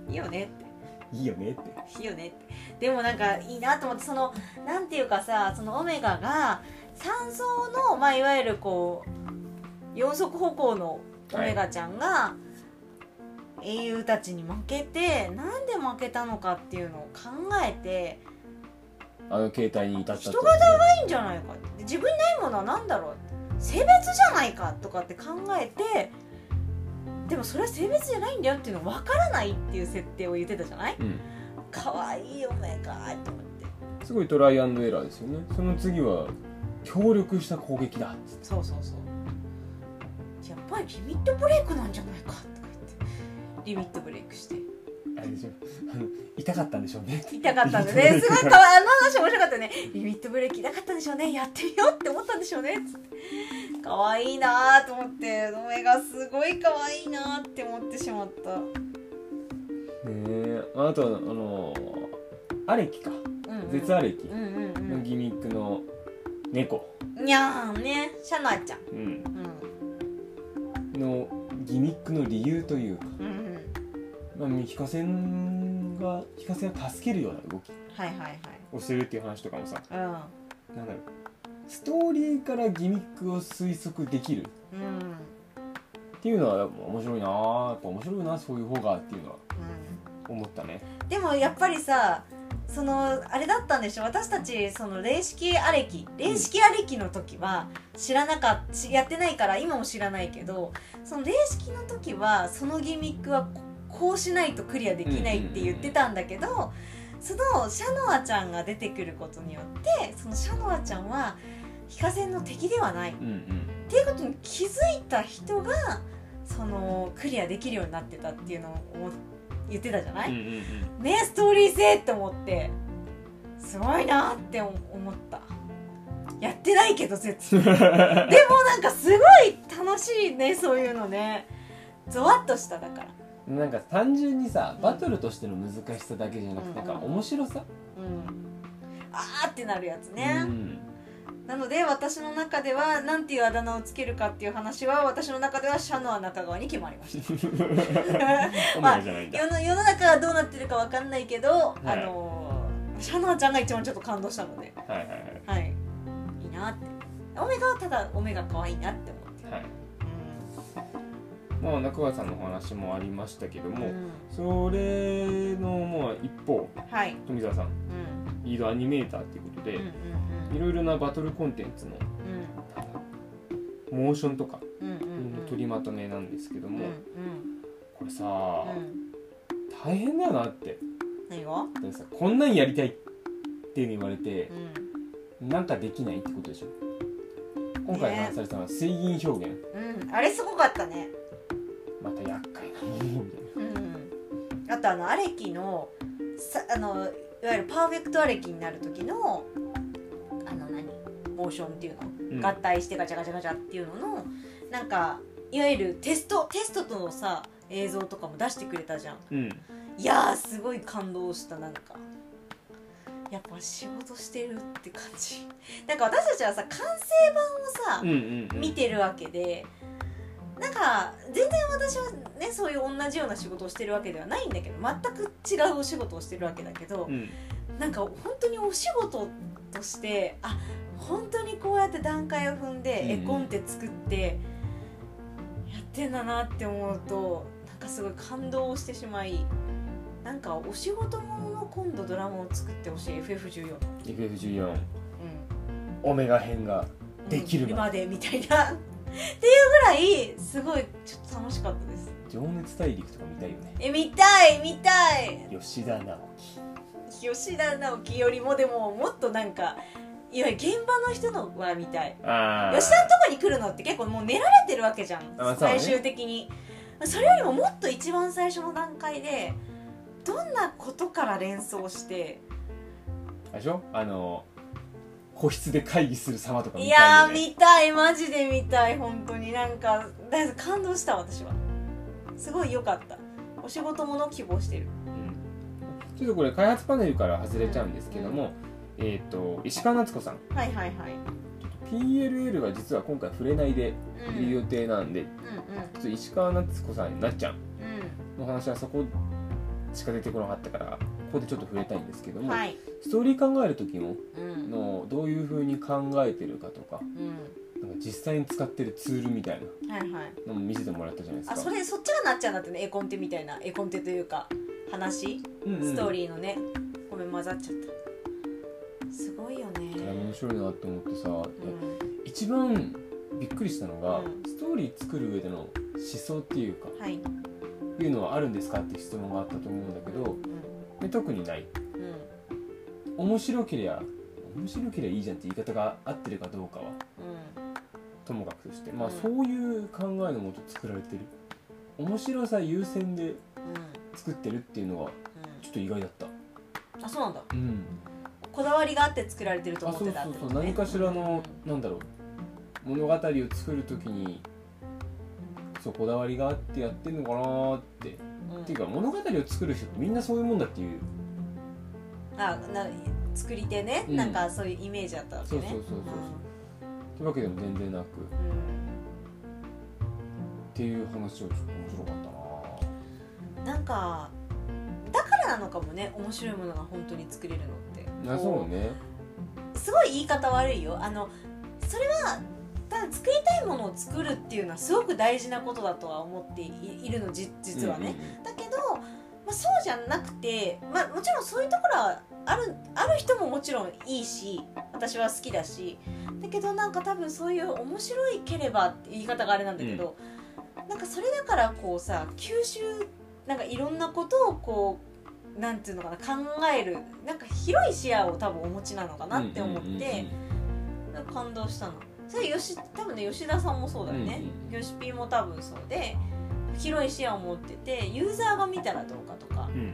[SPEAKER 2] いいよねって
[SPEAKER 1] んいいよねって
[SPEAKER 2] いいよねってでもなんかいいなと思ってそのなんていうかさそのオメガが三層の、まあ、いわゆるこう四足歩行のオメガちゃんが英雄たちに負けてなんで負けたのかっていうのを考えて
[SPEAKER 1] あの携帯に至ったって
[SPEAKER 2] 人
[SPEAKER 1] ことね
[SPEAKER 2] いいんじゃないかって自分にないものは何だろう性別じゃないかとかって考えてでもそれは性別じゃないんだよっていうの分からないっていう設定を言ってたじゃない
[SPEAKER 1] うん
[SPEAKER 2] 可愛いオメガと思って。
[SPEAKER 1] すごいトライアンドエラーですよねその次は協力した攻撃だっつっ
[SPEAKER 2] そうそうそうやっぱりリミットブレイクなんじゃないかとか言ってリミットブレイクして
[SPEAKER 1] てあれでしょあの痛かったんでしょうねって
[SPEAKER 2] 痛かったんでねすごいかわいあの話面白かったねリミットブレーキ痛かったんでしょうねやってみようって思ったんでしょうねつって可愛いなーと思ってお目がすごい可愛いなーって思ってしまったう
[SPEAKER 1] ねえあとはあのアレキか
[SPEAKER 2] ん、うん、
[SPEAKER 1] 絶アレキ
[SPEAKER 2] うんうん
[SPEAKER 1] のギミックの猫、
[SPEAKER 2] うんにゃーんねシャナちゃん
[SPEAKER 1] うん、
[SPEAKER 2] う
[SPEAKER 1] のギミックの理由というか、
[SPEAKER 2] んうんうん
[SPEAKER 1] まあ、ヒカセンがヒカセンを助けるような動き
[SPEAKER 2] はいはい
[SPEAKER 1] をしてるっていう話とかもさ
[SPEAKER 2] は
[SPEAKER 1] なんだろうストーリーからギミックを推測できる
[SPEAKER 2] いうんうん
[SPEAKER 1] っていうのはやっぱ面白いなあやっぱ面白いなそういう方がっていうのは
[SPEAKER 2] うん
[SPEAKER 1] 思ったね
[SPEAKER 2] でもやっぱりさそのあれだったんでしょ私たちその霊式あれき霊式あれきの時は知らなかっやってないから今も知らないけどその霊式の時はそのギミックはこここうしないとクリアできないって言ってたんだけどそのシャノアちゃんが出てくることによってそのシャノアちゃんはヒカセンの敵ではないっ
[SPEAKER 1] うんうん
[SPEAKER 2] ていうことに気づいた人がそのクリアできるようになってたっていうのを思っ言ってたじゃない、
[SPEAKER 1] うんうんうん
[SPEAKER 2] ねストーリー性って思ってすごいなって思ったやってないけど 絶対でもなんかすごい楽しいねそういうのねゾワッとしただから
[SPEAKER 1] なんか単純にさバトルとしての難しさだけじゃなくて、
[SPEAKER 2] うん
[SPEAKER 1] なんか面白さ、
[SPEAKER 2] うんあーってなるやつ
[SPEAKER 1] う
[SPEAKER 2] ね、
[SPEAKER 1] ん、
[SPEAKER 2] なので私の中ではなんていうあだ名をつけるかっていう話は私の中ではシャノア中川に決まりましたまあ
[SPEAKER 1] じゃないんだ
[SPEAKER 2] 世の世の中はどうなってるかわかんないけど、
[SPEAKER 1] い
[SPEAKER 2] あのーシャノアちゃんが一番ちょっと感動したので
[SPEAKER 1] はいはいはい
[SPEAKER 2] はい、いいなってオメガはただオメガ可愛いなって思って
[SPEAKER 1] はいまあ中川さんのお話もありましたけども、
[SPEAKER 2] ん
[SPEAKER 1] それのまあ一方
[SPEAKER 2] はい、
[SPEAKER 1] 富澤さん
[SPEAKER 2] うん
[SPEAKER 1] リードアニメーターっていうことで、
[SPEAKER 2] うん
[SPEAKER 1] いろいろなバトルコンテンツのモーションとか
[SPEAKER 2] うんうんうんうんうん
[SPEAKER 1] 取りまとめなんですけど
[SPEAKER 2] うん
[SPEAKER 1] も、
[SPEAKER 2] うん
[SPEAKER 1] これさ、
[SPEAKER 2] うん
[SPEAKER 1] 大変だよなって
[SPEAKER 2] 何が
[SPEAKER 1] だってさこんなんやりたいっていうの言われて
[SPEAKER 2] う、ん
[SPEAKER 1] なんかできないってことでしょ今回話されたのは水銀表現
[SPEAKER 2] うんあれすごかったね
[SPEAKER 1] また厄介なものみたい
[SPEAKER 2] うんあとあのアレキのさあのいわゆるパーフェクトアレキになる時のあの何モーションっていうの
[SPEAKER 1] な、
[SPEAKER 2] 合体してガチャガチャガチャっていうののなんかいわゆるテストテストとのさ映像とかも出してくれたじゃん
[SPEAKER 1] うん、うん
[SPEAKER 2] いやーすごい感動したなんかやっぱ仕事してるって感じなんか私たちはさ完成版を
[SPEAKER 1] うん
[SPEAKER 2] さ、
[SPEAKER 1] うんうん
[SPEAKER 2] 見てるわけでなんか全然私はねそういう同じような仕事をしてるわけではないんだけど全く違うお仕事をしてるわけだけど
[SPEAKER 1] う、ん
[SPEAKER 2] なんか本当にお仕事としてあ本当にこうやって段階を踏ん
[SPEAKER 1] うん
[SPEAKER 2] で絵コンテ作ってやってんだなって思うとなんかすごい感動をしてしまいなんかお仕事ものの今度ドラマを作ってほしい FF14、うん
[SPEAKER 1] FF14 オメガ編ができる
[SPEAKER 2] うん
[SPEAKER 1] ま
[SPEAKER 2] までみたいな っていうぐらいすごいちょっと楽しかったです
[SPEAKER 1] 情熱大陸とか見たいよね
[SPEAKER 2] え見たい見たい
[SPEAKER 1] 吉田直
[SPEAKER 2] 吉田直樹よりもでももっとなんかいわゆる現場の人のは見たい
[SPEAKER 1] 樹あ
[SPEAKER 2] 吉田のとこに来るのって結構もう練られてるわけじゃん、
[SPEAKER 1] あそうね
[SPEAKER 2] 最終的にそれよりももっと一番最初の段階でどんなことから連想して
[SPEAKER 1] あれでしょあの個室で会議する様とか
[SPEAKER 2] い,、
[SPEAKER 1] 見たい
[SPEAKER 2] や
[SPEAKER 1] よ
[SPEAKER 2] ー
[SPEAKER 1] ね
[SPEAKER 2] 見たいマジで見たい本当になんかだいぶ感動した私はすごい良かったお仕事もの希望してる
[SPEAKER 1] うんちょっとこれ開発パネルから外れちゃうんですけども、えっ、と石川夏子さん
[SPEAKER 2] はいはいはい
[SPEAKER 1] PLL が実は今回触れないで
[SPEAKER 2] うん
[SPEAKER 1] いる予定なんで、
[SPEAKER 2] うん
[SPEAKER 1] ちょっと石川夏子さんになっちゃん
[SPEAKER 2] う
[SPEAKER 1] の話はそこしか出てこなかったからここでちょっと触れたいんですけど
[SPEAKER 2] んうん
[SPEAKER 1] も、
[SPEAKER 2] はい
[SPEAKER 1] ストーリー考える時も
[SPEAKER 2] うん
[SPEAKER 1] のどういう風に考えてるかとか
[SPEAKER 2] う
[SPEAKER 1] なんか実際に使ってるツールみたいなん
[SPEAKER 2] はいはい
[SPEAKER 1] のも見せてもらったじゃないですか
[SPEAKER 2] あそれそっちがなっちゃうんだってね絵コンテみたいな絵コンテというか話
[SPEAKER 1] うんうん
[SPEAKER 2] ストーリーのね、ごめん混ざっちゃったすごいよね、
[SPEAKER 1] あれ面白いなって思ってさ、
[SPEAKER 2] うん
[SPEAKER 1] 一番びっくりしたのが、
[SPEAKER 2] うん
[SPEAKER 1] ストーリー作る上での思想っていうか
[SPEAKER 2] はい、
[SPEAKER 1] いうのはあるんですかって質問があったと思うんだけど
[SPEAKER 2] うん
[SPEAKER 1] で特にない
[SPEAKER 2] うん
[SPEAKER 1] 面白けりゃ面白けりゃいいじゃんって言い方が合ってるかどうかはともかくとしてまあ
[SPEAKER 2] うん
[SPEAKER 1] そういう考えのもと作られてる面白さ優先で
[SPEAKER 2] うん
[SPEAKER 1] 作ってるっていうのがちょっと意外だった
[SPEAKER 2] うんあそうなんだ
[SPEAKER 1] うん
[SPEAKER 2] こだわりがあって作られてると
[SPEAKER 1] あ
[SPEAKER 2] 思っ
[SPEAKER 1] そう
[SPEAKER 2] てた
[SPEAKER 1] そうそう何かしらのなんだろう物語を作る時にそうこだわりがあってやってんのかなーってっていう
[SPEAKER 2] か、
[SPEAKER 1] か物語を作る人ってみんなそういうもんだっていう
[SPEAKER 2] うんあな作り手ね、
[SPEAKER 1] うん
[SPEAKER 2] なんかそういうイメージあったわけね
[SPEAKER 1] そうそうそうそうというわけでも全然なくっ
[SPEAKER 2] うん
[SPEAKER 1] ていう話をちょっと面白かったな
[SPEAKER 2] うんなんかだからなのかもね面白いものが本当に作れるのって
[SPEAKER 1] あそうね
[SPEAKER 2] すごい言い方悪いよあのそれはただ作りたいものを作るっていうのはすごく大事なことだとは思っていいるのじ実はね、だけど、まあ、そうじゃなくて、まあ、もちろんそういうところはあるある人ももちろんいいし私は好きだしだけどなんか多分そういう面白いければって言い方があれなんだけど、なんかそれだからこうさ吸収なんかいろんなことをこうなんていうのかな考えるなんか広い視野を多分お持ちなのかなって思って、なんか感動したのそれ吉多分ね吉田さんもそうだよね、
[SPEAKER 1] うん
[SPEAKER 2] 吉ピーも多分そうで広い視野を持っててユーザーが見たらどうかとか
[SPEAKER 1] うんうんうん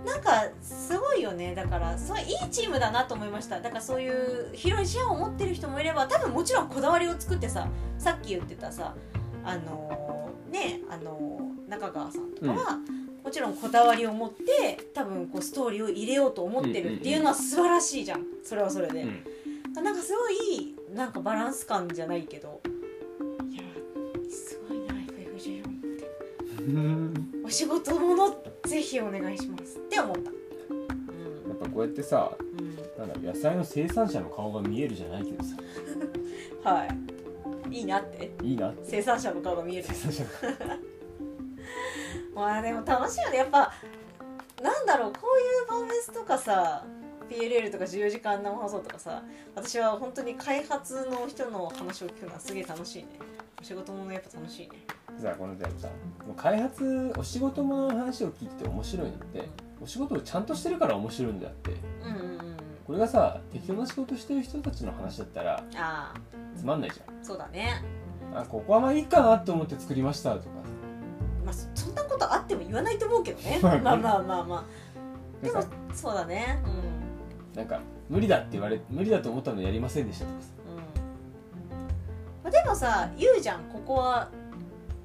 [SPEAKER 1] うん
[SPEAKER 2] なんかすごいよねだからそういいチームだなと思いましただからそういう広い視野を持ってる人もいれば多分もちろんこだわりを作ってささっき言ってたさあのーねあのー中川さんとかは、もちろんこだわりを持って多分こうストーリーを入れようと思ってるっていうのは素晴らしいじゃんそれはそれで、
[SPEAKER 1] うん
[SPEAKER 2] なんかすごいなんかバランス感じゃないけどいやすごいな F14 って
[SPEAKER 1] うん
[SPEAKER 2] お仕事ものぜひお願いしますって思ったうん
[SPEAKER 1] やっぱこうやってさ
[SPEAKER 2] うん
[SPEAKER 1] なんだろう野菜の生産者の顔が見えるじゃないけどさ
[SPEAKER 2] はいいいなって
[SPEAKER 1] いいなって
[SPEAKER 2] 生産者の顔が見える
[SPEAKER 1] 生産者の顔
[SPEAKER 2] まあでも楽しいよねやっぱなんだろうこういう番スとかさ PLL とか14時間生放送とかさ私は本当に開発の人の話を聞くのはすげえ楽しいねお仕事ものやっぱ楽しいね
[SPEAKER 1] さあこのでもさもう開発お仕事ものの話を聞いてて面白いのってお仕事をちゃんとしてるから面白いんであって
[SPEAKER 2] うんうんうん
[SPEAKER 1] これがさ適当な仕事してる人たちの話だったら
[SPEAKER 2] ああ
[SPEAKER 1] つまんないじ
[SPEAKER 2] そうだね
[SPEAKER 1] ゃんあここはまあいいかなと思って作りましたとか
[SPEAKER 2] まあそそんなことあっても言わないと思うけどね
[SPEAKER 1] まあね
[SPEAKER 2] まあまあまあまあで
[SPEAKER 1] でも
[SPEAKER 2] も
[SPEAKER 1] さ
[SPEAKER 2] そうだねうん
[SPEAKER 1] なんか無理だって言われ無理だと思ったのやりませんでしたとかさ
[SPEAKER 2] うんまあでもさ言うじゃんここは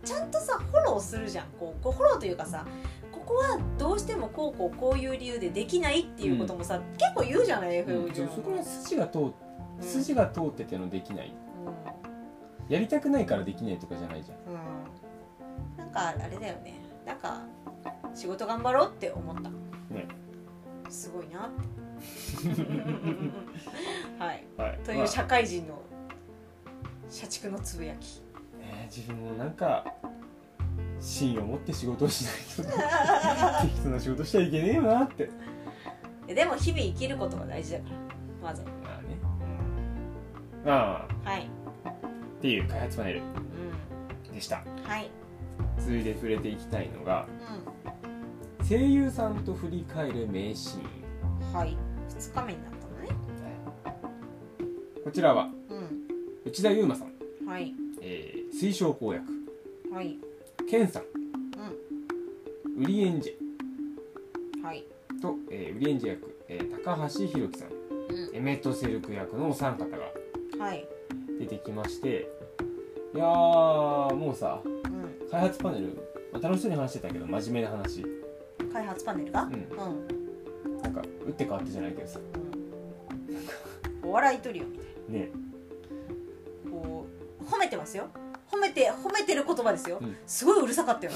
[SPEAKER 2] ちゃんとさフォローするじゃんこうこうフォローというかさここはどうしてもこうこうこういう理由でできないっていうこともさ、結構言うじゃない FMG
[SPEAKER 1] そこら筋が通っ筋が通っててのできない
[SPEAKER 2] うん
[SPEAKER 1] やりたくないからできないとかじゃないじゃん
[SPEAKER 2] うんなんかあれだよねなんか仕事頑張ろうって思った
[SPEAKER 1] ね
[SPEAKER 2] すごいなってはい
[SPEAKER 1] はい
[SPEAKER 2] という社会人の社畜のつぶやき
[SPEAKER 1] ね自分もなんか芯を持って仕事をしないと適当な仕事しちゃいけねえよなって
[SPEAKER 2] でも日々生きることが大事だからまず
[SPEAKER 1] まあねまあ
[SPEAKER 2] は
[SPEAKER 1] っ
[SPEAKER 2] い、
[SPEAKER 1] ていう開発パネル
[SPEAKER 2] う
[SPEAKER 1] でした
[SPEAKER 2] ん、はい、
[SPEAKER 1] 続いて触れていきたいのが
[SPEAKER 2] う
[SPEAKER 1] 声優さんと振り返る名シーン
[SPEAKER 2] ん、はい2日目になったのね
[SPEAKER 1] こちらは
[SPEAKER 2] う
[SPEAKER 1] 内田悠馬さん、
[SPEAKER 2] んはい
[SPEAKER 1] えー推奨公約
[SPEAKER 2] はい
[SPEAKER 1] 健さん
[SPEAKER 2] う
[SPEAKER 1] ウリエンジ
[SPEAKER 2] んはい
[SPEAKER 1] ェと、えーウリエンジェ役、えー高橋宏樹さん
[SPEAKER 2] う
[SPEAKER 1] エメット・セルク役のお三方が
[SPEAKER 2] んはい
[SPEAKER 1] 出てきましていやーもうさ
[SPEAKER 2] う
[SPEAKER 1] 開発パネル、まあ楽しそうに話してたけど真面目な話、うん
[SPEAKER 2] 開発パネルが
[SPEAKER 1] ん、
[SPEAKER 2] うん、うん、
[SPEAKER 1] なんか打って変わってじゃないけどさ
[SPEAKER 2] お笑いトリオみたいな
[SPEAKER 1] ね
[SPEAKER 2] こう褒めてますよ褒めて褒めてる言葉ですよ、
[SPEAKER 1] うん
[SPEAKER 2] すごいうるさかったよ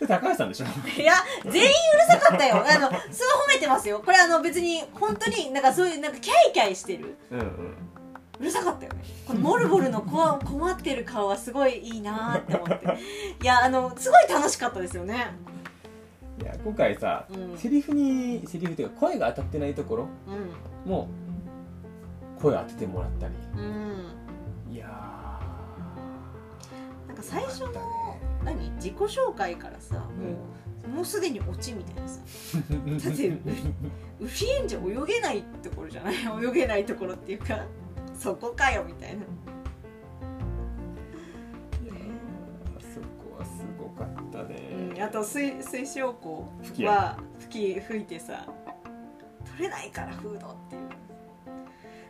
[SPEAKER 1] で高橋さんでしょ
[SPEAKER 2] いや全員うるさかったよあのすごい褒めてますよこれあの別に本当になんかそういうなんかキャイキャイしてる
[SPEAKER 1] うんうん
[SPEAKER 2] うるさかったよねこのモルボルのこわ困ってる顔はすごいいいなーって思っていやあのすごい楽しかったですよね
[SPEAKER 1] いや今回さ
[SPEAKER 2] うんうん
[SPEAKER 1] セリフにセリフっていうか声が当たってないところも声当ててもらったり
[SPEAKER 2] うん
[SPEAKER 1] いや
[SPEAKER 2] なんか最初
[SPEAKER 1] よか
[SPEAKER 2] の
[SPEAKER 1] っ
[SPEAKER 2] 何自己紹介からさ
[SPEAKER 1] たね
[SPEAKER 2] もうもうすでにオチみたいなさ
[SPEAKER 1] うん
[SPEAKER 2] だってウフィエンジェ泳げないところじゃない泳げないところっていうかそこかよみたいな
[SPEAKER 1] いやーそこはすごかったね、
[SPEAKER 2] うんあと水水晶湖
[SPEAKER 1] 吹き
[SPEAKER 2] は吹き吹いてさ取れないからフードっていう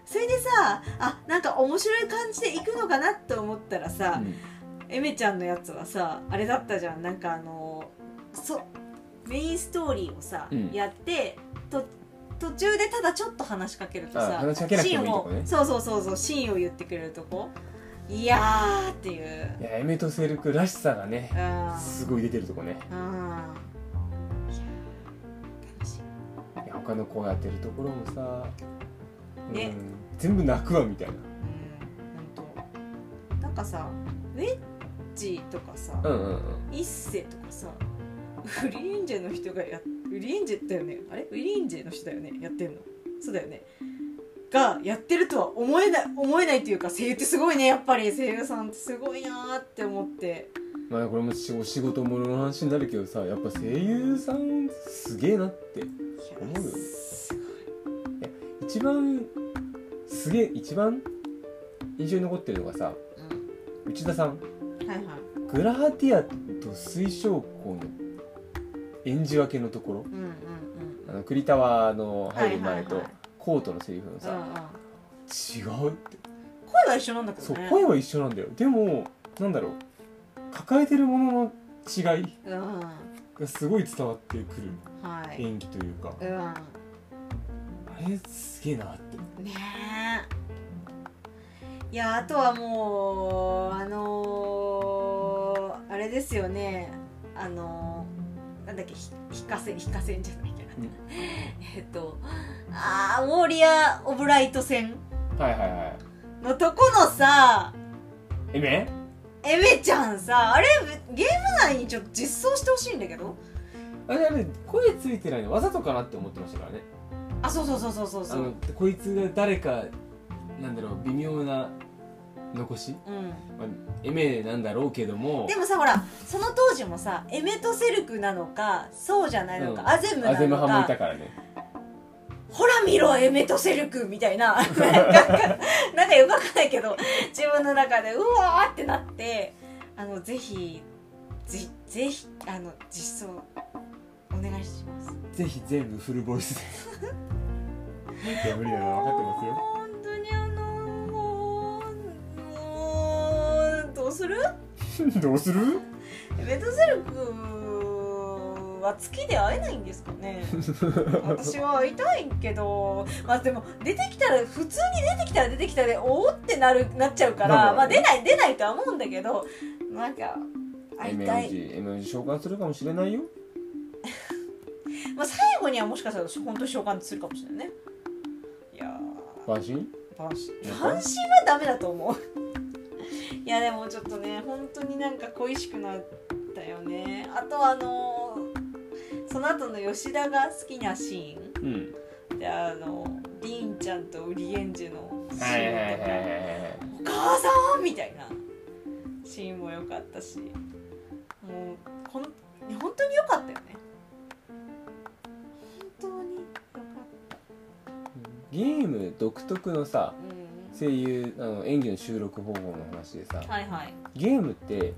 [SPEAKER 2] それでさあなんか面白い感じで行くのかなと思ったらさ、
[SPEAKER 1] うん
[SPEAKER 2] エメちゃんのやつはさあれだったじゃんなんかあのそメインストーリーをさ、
[SPEAKER 1] うん
[SPEAKER 2] やってと途中でただちょっと話しかけると
[SPEAKER 1] あ
[SPEAKER 2] さ
[SPEAKER 1] 話しかけなくて
[SPEAKER 2] シ
[SPEAKER 1] も
[SPEAKER 2] ーン
[SPEAKER 1] いいと
[SPEAKER 2] を
[SPEAKER 1] こね
[SPEAKER 2] そうそうそうそうシーンを言ってくれるとこいやーっていう
[SPEAKER 1] いやエメトセルクらしさがね
[SPEAKER 2] うん
[SPEAKER 1] すごい出てるとこね
[SPEAKER 2] うんいやー楽しい
[SPEAKER 1] いや他の声当てるところもさ、う
[SPEAKER 2] ね
[SPEAKER 1] ん、全部泣くわみたい
[SPEAKER 2] うんほんとなんかさウェッジとかさ、
[SPEAKER 1] なうんうんうん
[SPEAKER 2] 一世とかさウリエンジェの人がやウリエンジェだよねあれウリエンジェの人だよねやってんのそうだよねがやってるとは思えない思えないというか声優ってすごいねやっぱり声優さんってすごいなーって思って
[SPEAKER 1] まあこれもしお仕事ものの話になるけどさやっぱ声優さんすげえなって思うよ
[SPEAKER 2] す
[SPEAKER 1] 一番すげえ一番印象に残ってるのがさ
[SPEAKER 2] ごい
[SPEAKER 1] 内田さん
[SPEAKER 2] うんはいはい
[SPEAKER 1] グラハティアと水晶校の演じ分けのところ
[SPEAKER 2] うんうん
[SPEAKER 1] あの栗田はの
[SPEAKER 2] うん
[SPEAKER 1] 入る前とコートのセリフの
[SPEAKER 2] うんうん
[SPEAKER 1] さ、違うって
[SPEAKER 2] 声は一緒なんだけ
[SPEAKER 1] そ
[SPEAKER 2] ど
[SPEAKER 1] う
[SPEAKER 2] ね
[SPEAKER 1] 声は一緒なんだよでもなんだろう抱えてるものの違い
[SPEAKER 2] うん
[SPEAKER 1] がすごい伝わってくる
[SPEAKER 2] はい
[SPEAKER 1] 演技というか
[SPEAKER 2] う
[SPEAKER 1] あれすげえなって
[SPEAKER 2] んねえいやあとはもうあのーあれですよねあのーなんだっけひ引かせ引かせんじゃないけど
[SPEAKER 1] うん
[SPEAKER 2] えっとあーウォーリアー・オブライト戦
[SPEAKER 1] はいはいはい
[SPEAKER 2] のとこのさ
[SPEAKER 1] えめ
[SPEAKER 2] エメちゃんさあれゲーム内にちょっと実装してほしいんだけど
[SPEAKER 1] あれあれ声ついてないのわざとかなって思ってましたからね
[SPEAKER 2] あそうそうそうそうそう
[SPEAKER 1] あ
[SPEAKER 2] そう
[SPEAKER 1] のこいつが誰かなんだろう微妙な残し、
[SPEAKER 2] うん
[SPEAKER 1] まあ、エメなんだろうけども
[SPEAKER 2] でもさほらその当時もさエメとセルクなのかそうじゃないのか、
[SPEAKER 1] うん
[SPEAKER 2] アゼムな
[SPEAKER 1] アゼム
[SPEAKER 2] の
[SPEAKER 1] 派もいた
[SPEAKER 2] か
[SPEAKER 1] からね
[SPEAKER 2] ほら見ろエメとセルクみたいななんかなんかよくわかんないけど自分の中でうわーってなってあのぜひぜぜひあの実装お願いします
[SPEAKER 1] ぜひ全部フルボイ スでいや無理だな分かってますよ
[SPEAKER 2] 本当にあのもうもうどうする
[SPEAKER 1] どうする
[SPEAKER 2] エメとセルクは月で会えないんですかね私は会いたいけどまあでも出てきたら普通に出てきたら出てきたでおおってなるなっちゃうから、
[SPEAKER 1] まあまあ
[SPEAKER 2] まあ、出ない出ないとは思うんだけどなんか会いたい、
[SPEAKER 1] MMG 召喚するかもしれないよ
[SPEAKER 2] まあ、最後にはもしかしたら本当に召喚するかもしれないねいやー
[SPEAKER 1] バンシン
[SPEAKER 2] バンシー
[SPEAKER 1] なんか
[SPEAKER 2] バンシーはダメだと思ういやでもちょっとね本当になんか恋しくなったよねあとあのーその後の吉田が好きなシーン
[SPEAKER 1] うん
[SPEAKER 2] であのディーンちゃんとウリエンジェのシ
[SPEAKER 1] はいはいはい
[SPEAKER 2] ーン
[SPEAKER 1] はい
[SPEAKER 2] とか
[SPEAKER 1] はい
[SPEAKER 2] 「お母さん!」みたいなシーンも良かったしもうこの本当に良かったよね本当に良かっ
[SPEAKER 1] ゲーム独特のさ
[SPEAKER 2] たうん
[SPEAKER 1] 声優あの演技の収録方法の話でさ
[SPEAKER 2] はいはい
[SPEAKER 1] ゲームって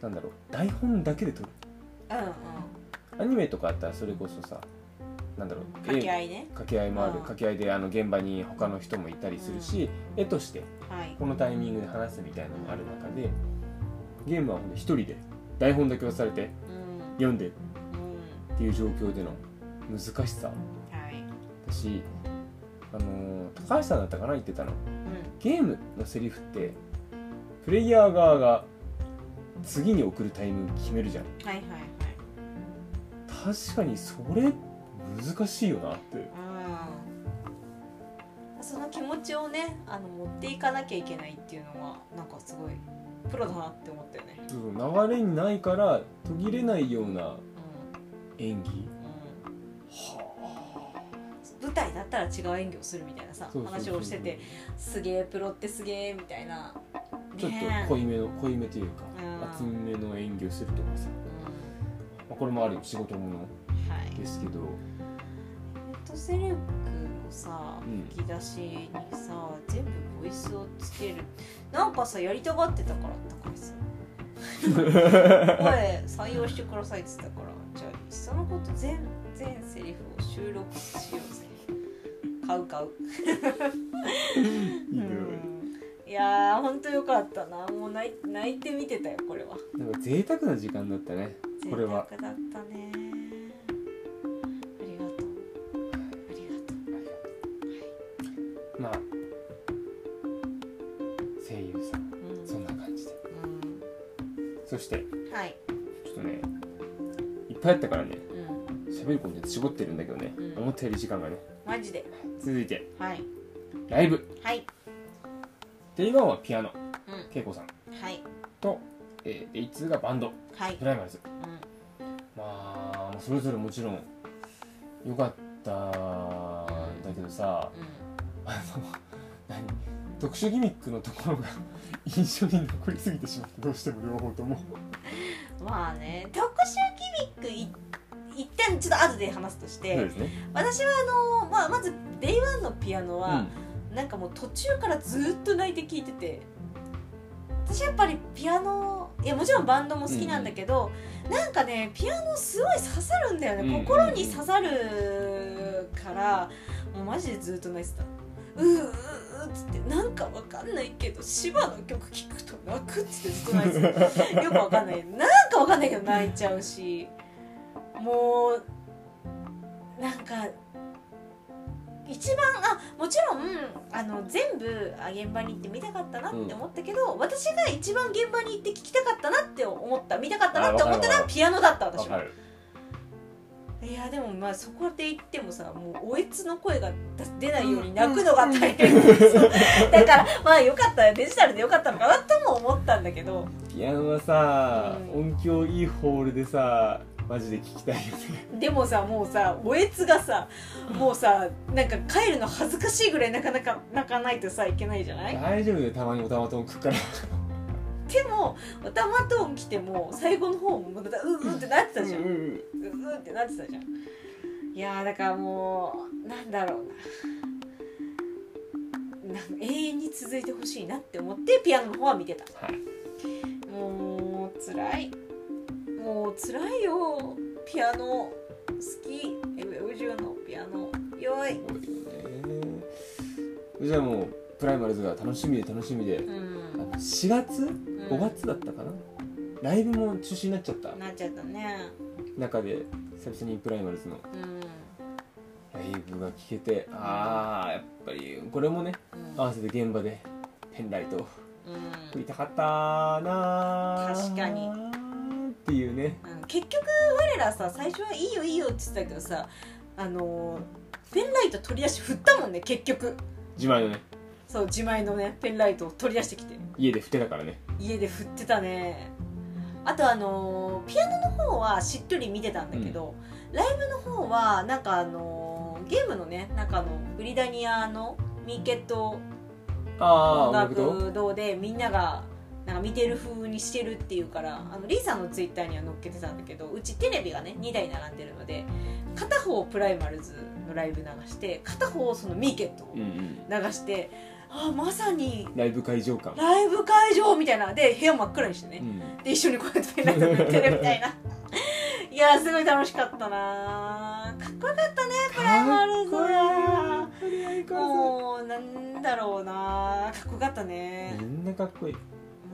[SPEAKER 1] なんだろう台本だけで撮る
[SPEAKER 2] うんうん
[SPEAKER 1] アニメとかあったらそれこそさなんだろう
[SPEAKER 2] 掛け合いね
[SPEAKER 1] 絵掛け合いもある
[SPEAKER 2] うん
[SPEAKER 1] 掛け合いであの現場に他の人もいたりするし、絵として
[SPEAKER 2] はい
[SPEAKER 1] このタイミングで話すみたいなのもある中でゲームはほんと一人で台本だけ押されて
[SPEAKER 2] うん
[SPEAKER 1] 読んでっ
[SPEAKER 2] うん
[SPEAKER 1] ていう状況での難しさ
[SPEAKER 2] はい
[SPEAKER 1] だし、あのー高橋さんだったかな言ってたの
[SPEAKER 2] うん
[SPEAKER 1] ゲームのセリフってプレイヤー側が次に送るタイミング決めるじゃん
[SPEAKER 2] はいはいはい
[SPEAKER 1] 確かにそれ難しいよなって
[SPEAKER 2] うんその気持ちをねあの持っていかなきゃいけないっていうのはなんかすごいプロだなって思ったよね
[SPEAKER 1] そう流れにないから途切れないような
[SPEAKER 2] う
[SPEAKER 1] 演技
[SPEAKER 2] んうん
[SPEAKER 1] は
[SPEAKER 2] 舞台だったら違う演技をするみたいなさ
[SPEAKER 1] そうそうそう
[SPEAKER 2] 話をしててすげえプロってすげえみたいな
[SPEAKER 1] ちょっ
[SPEAKER 2] ねえ
[SPEAKER 1] と濃いめの濃いめというか
[SPEAKER 2] うん
[SPEAKER 1] 厚めの演技をするとかさ、ま
[SPEAKER 2] う
[SPEAKER 1] あ、これもある意味仕事もの
[SPEAKER 2] んはいえ
[SPEAKER 1] ですけど
[SPEAKER 2] っとセレクのさ
[SPEAKER 1] うん
[SPEAKER 2] 吹き出しにさ全部ボイスをつけるなんかさやりたがってたから高橋 さん声採用してくださいって言ったからじゃあいっそのこと全全セリフを収録しようぜ買う買う
[SPEAKER 1] いいね
[SPEAKER 2] うんいやー本当よかったなもう泣い泣いて見てたよこれは
[SPEAKER 1] なんか贅沢な時間だったねこれは
[SPEAKER 2] 贅沢だったねありがとうありがとう
[SPEAKER 1] まあ声優さん
[SPEAKER 2] うん
[SPEAKER 1] そんな感じで
[SPEAKER 2] う
[SPEAKER 1] そして
[SPEAKER 2] んはい
[SPEAKER 1] ちょっとねいっぱいあったからね
[SPEAKER 2] うん
[SPEAKER 1] 喋るコンテンツ絞ってるんだけどね、
[SPEAKER 2] うん
[SPEAKER 1] 思ったより時間がね
[SPEAKER 2] マジで
[SPEAKER 1] 続いて
[SPEAKER 2] はい
[SPEAKER 1] ライブ
[SPEAKER 2] はい
[SPEAKER 1] デイ1はピアノ
[SPEAKER 2] うん
[SPEAKER 1] 恵子さん
[SPEAKER 2] はい
[SPEAKER 1] と、えー、デイ2がバンド
[SPEAKER 2] はい
[SPEAKER 1] プライマルズ
[SPEAKER 2] うん
[SPEAKER 1] まあそれぞれもちろん良かったんだけどさ
[SPEAKER 2] う
[SPEAKER 1] あの何 特殊ギミックのところが印象に残りすぎてしまってどうしても両方とも
[SPEAKER 2] まあね特集ギミックい一旦ちょっと後で話すとして、
[SPEAKER 1] そうですね。
[SPEAKER 2] 私はあの、まあ、まず「デイワンのピアノ
[SPEAKER 1] う
[SPEAKER 2] は、
[SPEAKER 1] ん。
[SPEAKER 2] なんかもう途中からずっと泣いて聴いてて私やっぱりピアノいやもちろんバンドも好きなんだけど、なんかねピアノすごい刺さるんだよね、
[SPEAKER 1] うん
[SPEAKER 2] 心に刺さるからもうマジでずっと泣いてたうーうーうーっつってなんかわかんないけど芝の曲聴くと泣くっつってずっと泣いてたよくわかんないなんかわかんないけど泣いちゃうしもうなんか一番あもちろんあの全部あ現場に行って見たかったなって思ったけど、私が一番現場に行って聞きたかったなって思った見たかったなって思
[SPEAKER 1] あ
[SPEAKER 2] ったの
[SPEAKER 1] わかるわか
[SPEAKER 2] は
[SPEAKER 1] る
[SPEAKER 2] ピアノだった
[SPEAKER 1] わ
[SPEAKER 2] 私
[SPEAKER 1] か
[SPEAKER 2] は
[SPEAKER 1] る。
[SPEAKER 2] いやでもまあそこで言ってもさもうおえつの声が出ないように泣くのが大変、そう だからまあよかったデジタルでよかったのかなとも思ったんだけど
[SPEAKER 1] ピアノはさ、
[SPEAKER 2] う
[SPEAKER 1] 音響いいホールでさ、マジで聞きたいよね。
[SPEAKER 2] でもさもうさおえつがさもうさなんか帰るの恥ずかしいぐらいなかなか泣かないとさいけないじゃない
[SPEAKER 1] 大丈夫だよ、たまにおたまとん食うから。
[SPEAKER 2] でもおたまトーン来ても最後の方もまたうーうーってなってたじゃんう
[SPEAKER 1] うん
[SPEAKER 2] ー
[SPEAKER 1] うん
[SPEAKER 2] うーってなってたじゃんいやーだからもうなんだろうななんか永遠に続いてほしいなって思ってピアノの方は見てた
[SPEAKER 1] はい。
[SPEAKER 2] もう辛いもう辛いよピアノ好きエブジュのピアノよ
[SPEAKER 1] 多
[SPEAKER 2] い
[SPEAKER 1] いよね。じゃあもう、プライマルズが楽しみで楽しみで、あ
[SPEAKER 2] うん
[SPEAKER 1] の4月
[SPEAKER 2] うん
[SPEAKER 1] ?5 月だったかな、ライブも中止になっちゃった
[SPEAKER 2] なっちゃったね
[SPEAKER 1] 中で、久々にプライマルズの
[SPEAKER 2] うん
[SPEAKER 1] ライブが聴けて、ああ、やっぱり、これもね、合わせて現場で、ペンライトを
[SPEAKER 2] うん
[SPEAKER 1] 食いたかったなー
[SPEAKER 2] 確かに
[SPEAKER 1] っていうね。
[SPEAKER 2] うん結局我らさ最初はいいよいいよって言ってたけどさあのーペンライト取り出して振ったもんね結局
[SPEAKER 1] 自前のね、
[SPEAKER 2] そう自前のねペンライトを取り出してきて
[SPEAKER 1] 家で振ってたからね。
[SPEAKER 2] 家で振ってたねあとあのーピアノの方はしっとり見てたんだけど、ライブの方はなんかあのーゲームのねなんかあのブリダニアのミーケット
[SPEAKER 1] ああ、
[SPEAKER 2] 音
[SPEAKER 1] 音楽と
[SPEAKER 2] 楽堂でみんながなんか見てる風にしてるっていうからあのリーさんのツイッターには載っけてたんだけどうちテレビがね2台並んでるので片方プライマルズのライブ流して片方そのミーケットを
[SPEAKER 1] うんうん。
[SPEAKER 2] 流して、ああまさに
[SPEAKER 1] ライブ会場感。
[SPEAKER 2] ライブ会場みたいなで部屋真っ暗にして
[SPEAKER 1] う
[SPEAKER 2] ね、
[SPEAKER 1] ん。
[SPEAKER 2] で一緒にこうやってライト塗ってるみ たいないやーすごい楽しかったなーかっこよかったねプライマルズは
[SPEAKER 1] かっこいい相変わ
[SPEAKER 2] もうなんだろうなーかっこよかった
[SPEAKER 1] ら
[SPEAKER 2] ね
[SPEAKER 1] ずみんなかっこいい。
[SPEAKER 2] もう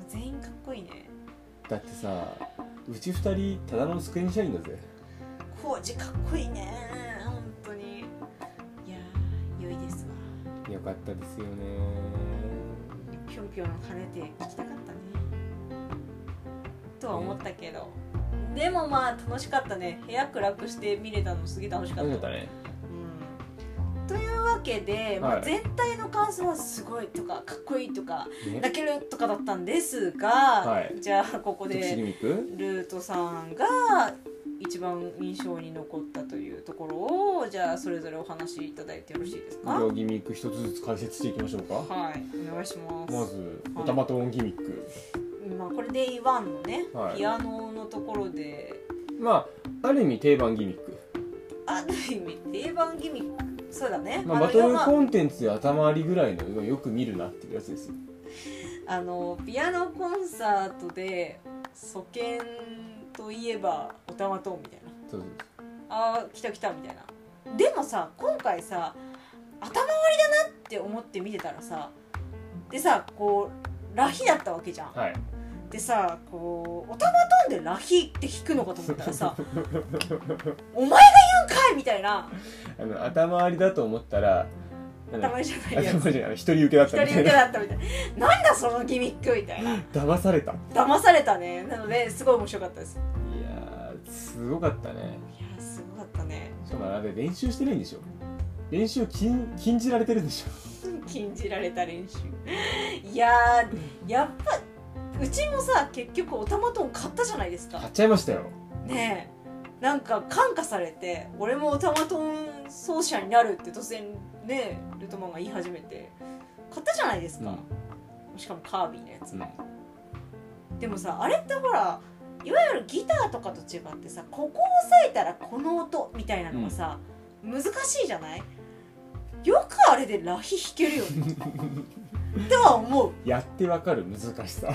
[SPEAKER 2] 全員かっこいいね
[SPEAKER 1] だってさ、うち二人、ただのスクリーン社員だぜ。
[SPEAKER 2] コージかっこいいね本当にいやー良いですわ
[SPEAKER 1] よかったですよね。
[SPEAKER 2] ぴょんぴょん跳ねて聞きたかったねとは思ったけど、でもまあ楽しかったね部屋暗くして見れたのすげえ楽しかった
[SPEAKER 1] よかったね。
[SPEAKER 2] うんというわけで、ま
[SPEAKER 1] は
[SPEAKER 2] あ、
[SPEAKER 1] い
[SPEAKER 2] 全体の感想はすごいとかかっこいいとか
[SPEAKER 1] ね。
[SPEAKER 2] 泣けるとかだったんですが、
[SPEAKER 1] い
[SPEAKER 2] じゃあここ
[SPEAKER 1] 特殊リ
[SPEAKER 2] で
[SPEAKER 1] ミック
[SPEAKER 2] ルートさんが一番印象に残ったというところをじゃあそれぞれお話しいただいてよろしいですか
[SPEAKER 1] 両ギミック一つずつ解説していきましょうか。
[SPEAKER 2] はいお願いします、
[SPEAKER 1] まず、おたまと音ギミック。
[SPEAKER 2] まあ、これデイワンのね、
[SPEAKER 1] はい
[SPEAKER 2] ピアノのところで
[SPEAKER 1] まあ、ある意味定番ギミック。
[SPEAKER 2] ある意味定番ギミックそうだね、
[SPEAKER 1] まあ、
[SPEAKER 2] あの
[SPEAKER 1] バトル
[SPEAKER 2] まあ
[SPEAKER 1] コンテンツで頭ありぐらいのまあよく見るなっていうやつですよ
[SPEAKER 2] あのピアノコンサートで初見といえばおたまとんみたいな
[SPEAKER 1] そうそう
[SPEAKER 2] あー来た来たみたいなでもさ今回さ頭割りだなって思って見てたらさでさこうラヒだったわけじゃん
[SPEAKER 1] そうはい
[SPEAKER 2] でさこうおたまとんでラヒって弾くのかと思ったらさ お前が言うんかいみたいな
[SPEAKER 1] あの頭ありだと思ったらあの
[SPEAKER 2] 頭じゃないや
[SPEAKER 1] 頭
[SPEAKER 2] つ
[SPEAKER 1] じゃない一人受けだったみ
[SPEAKER 2] 一人
[SPEAKER 1] た
[SPEAKER 2] 受
[SPEAKER 1] い
[SPEAKER 2] け
[SPEAKER 1] な
[SPEAKER 2] だったみたいななんだそのギミックみたいな
[SPEAKER 1] 騙されたい
[SPEAKER 2] 騙されたねなのですごい面白かったです
[SPEAKER 1] やーすごかったね
[SPEAKER 2] いやーすごかったね
[SPEAKER 1] しかもあれ練習してないんでしょ練習禁禁じられてるんでしょ
[SPEAKER 2] 禁じられた練習いやーやっぱうちもさ結局おたまとん買ったじゃないです
[SPEAKER 1] 買っ
[SPEAKER 2] か
[SPEAKER 1] ちゃいましたよ
[SPEAKER 2] ねえなんか感化されて俺もおたまとん奏者になるって突然ねルトマンが言い始めて買ったじゃないですか、しかもカービィのやつ、
[SPEAKER 1] うん
[SPEAKER 2] でもさあれってほらいわゆるギターとかと違ってさここを押さえたらこの音みたいなのがさ、難しいじゃないよくあれでラヒ弾けるよねとは思う
[SPEAKER 1] やってわかる難しさ
[SPEAKER 2] い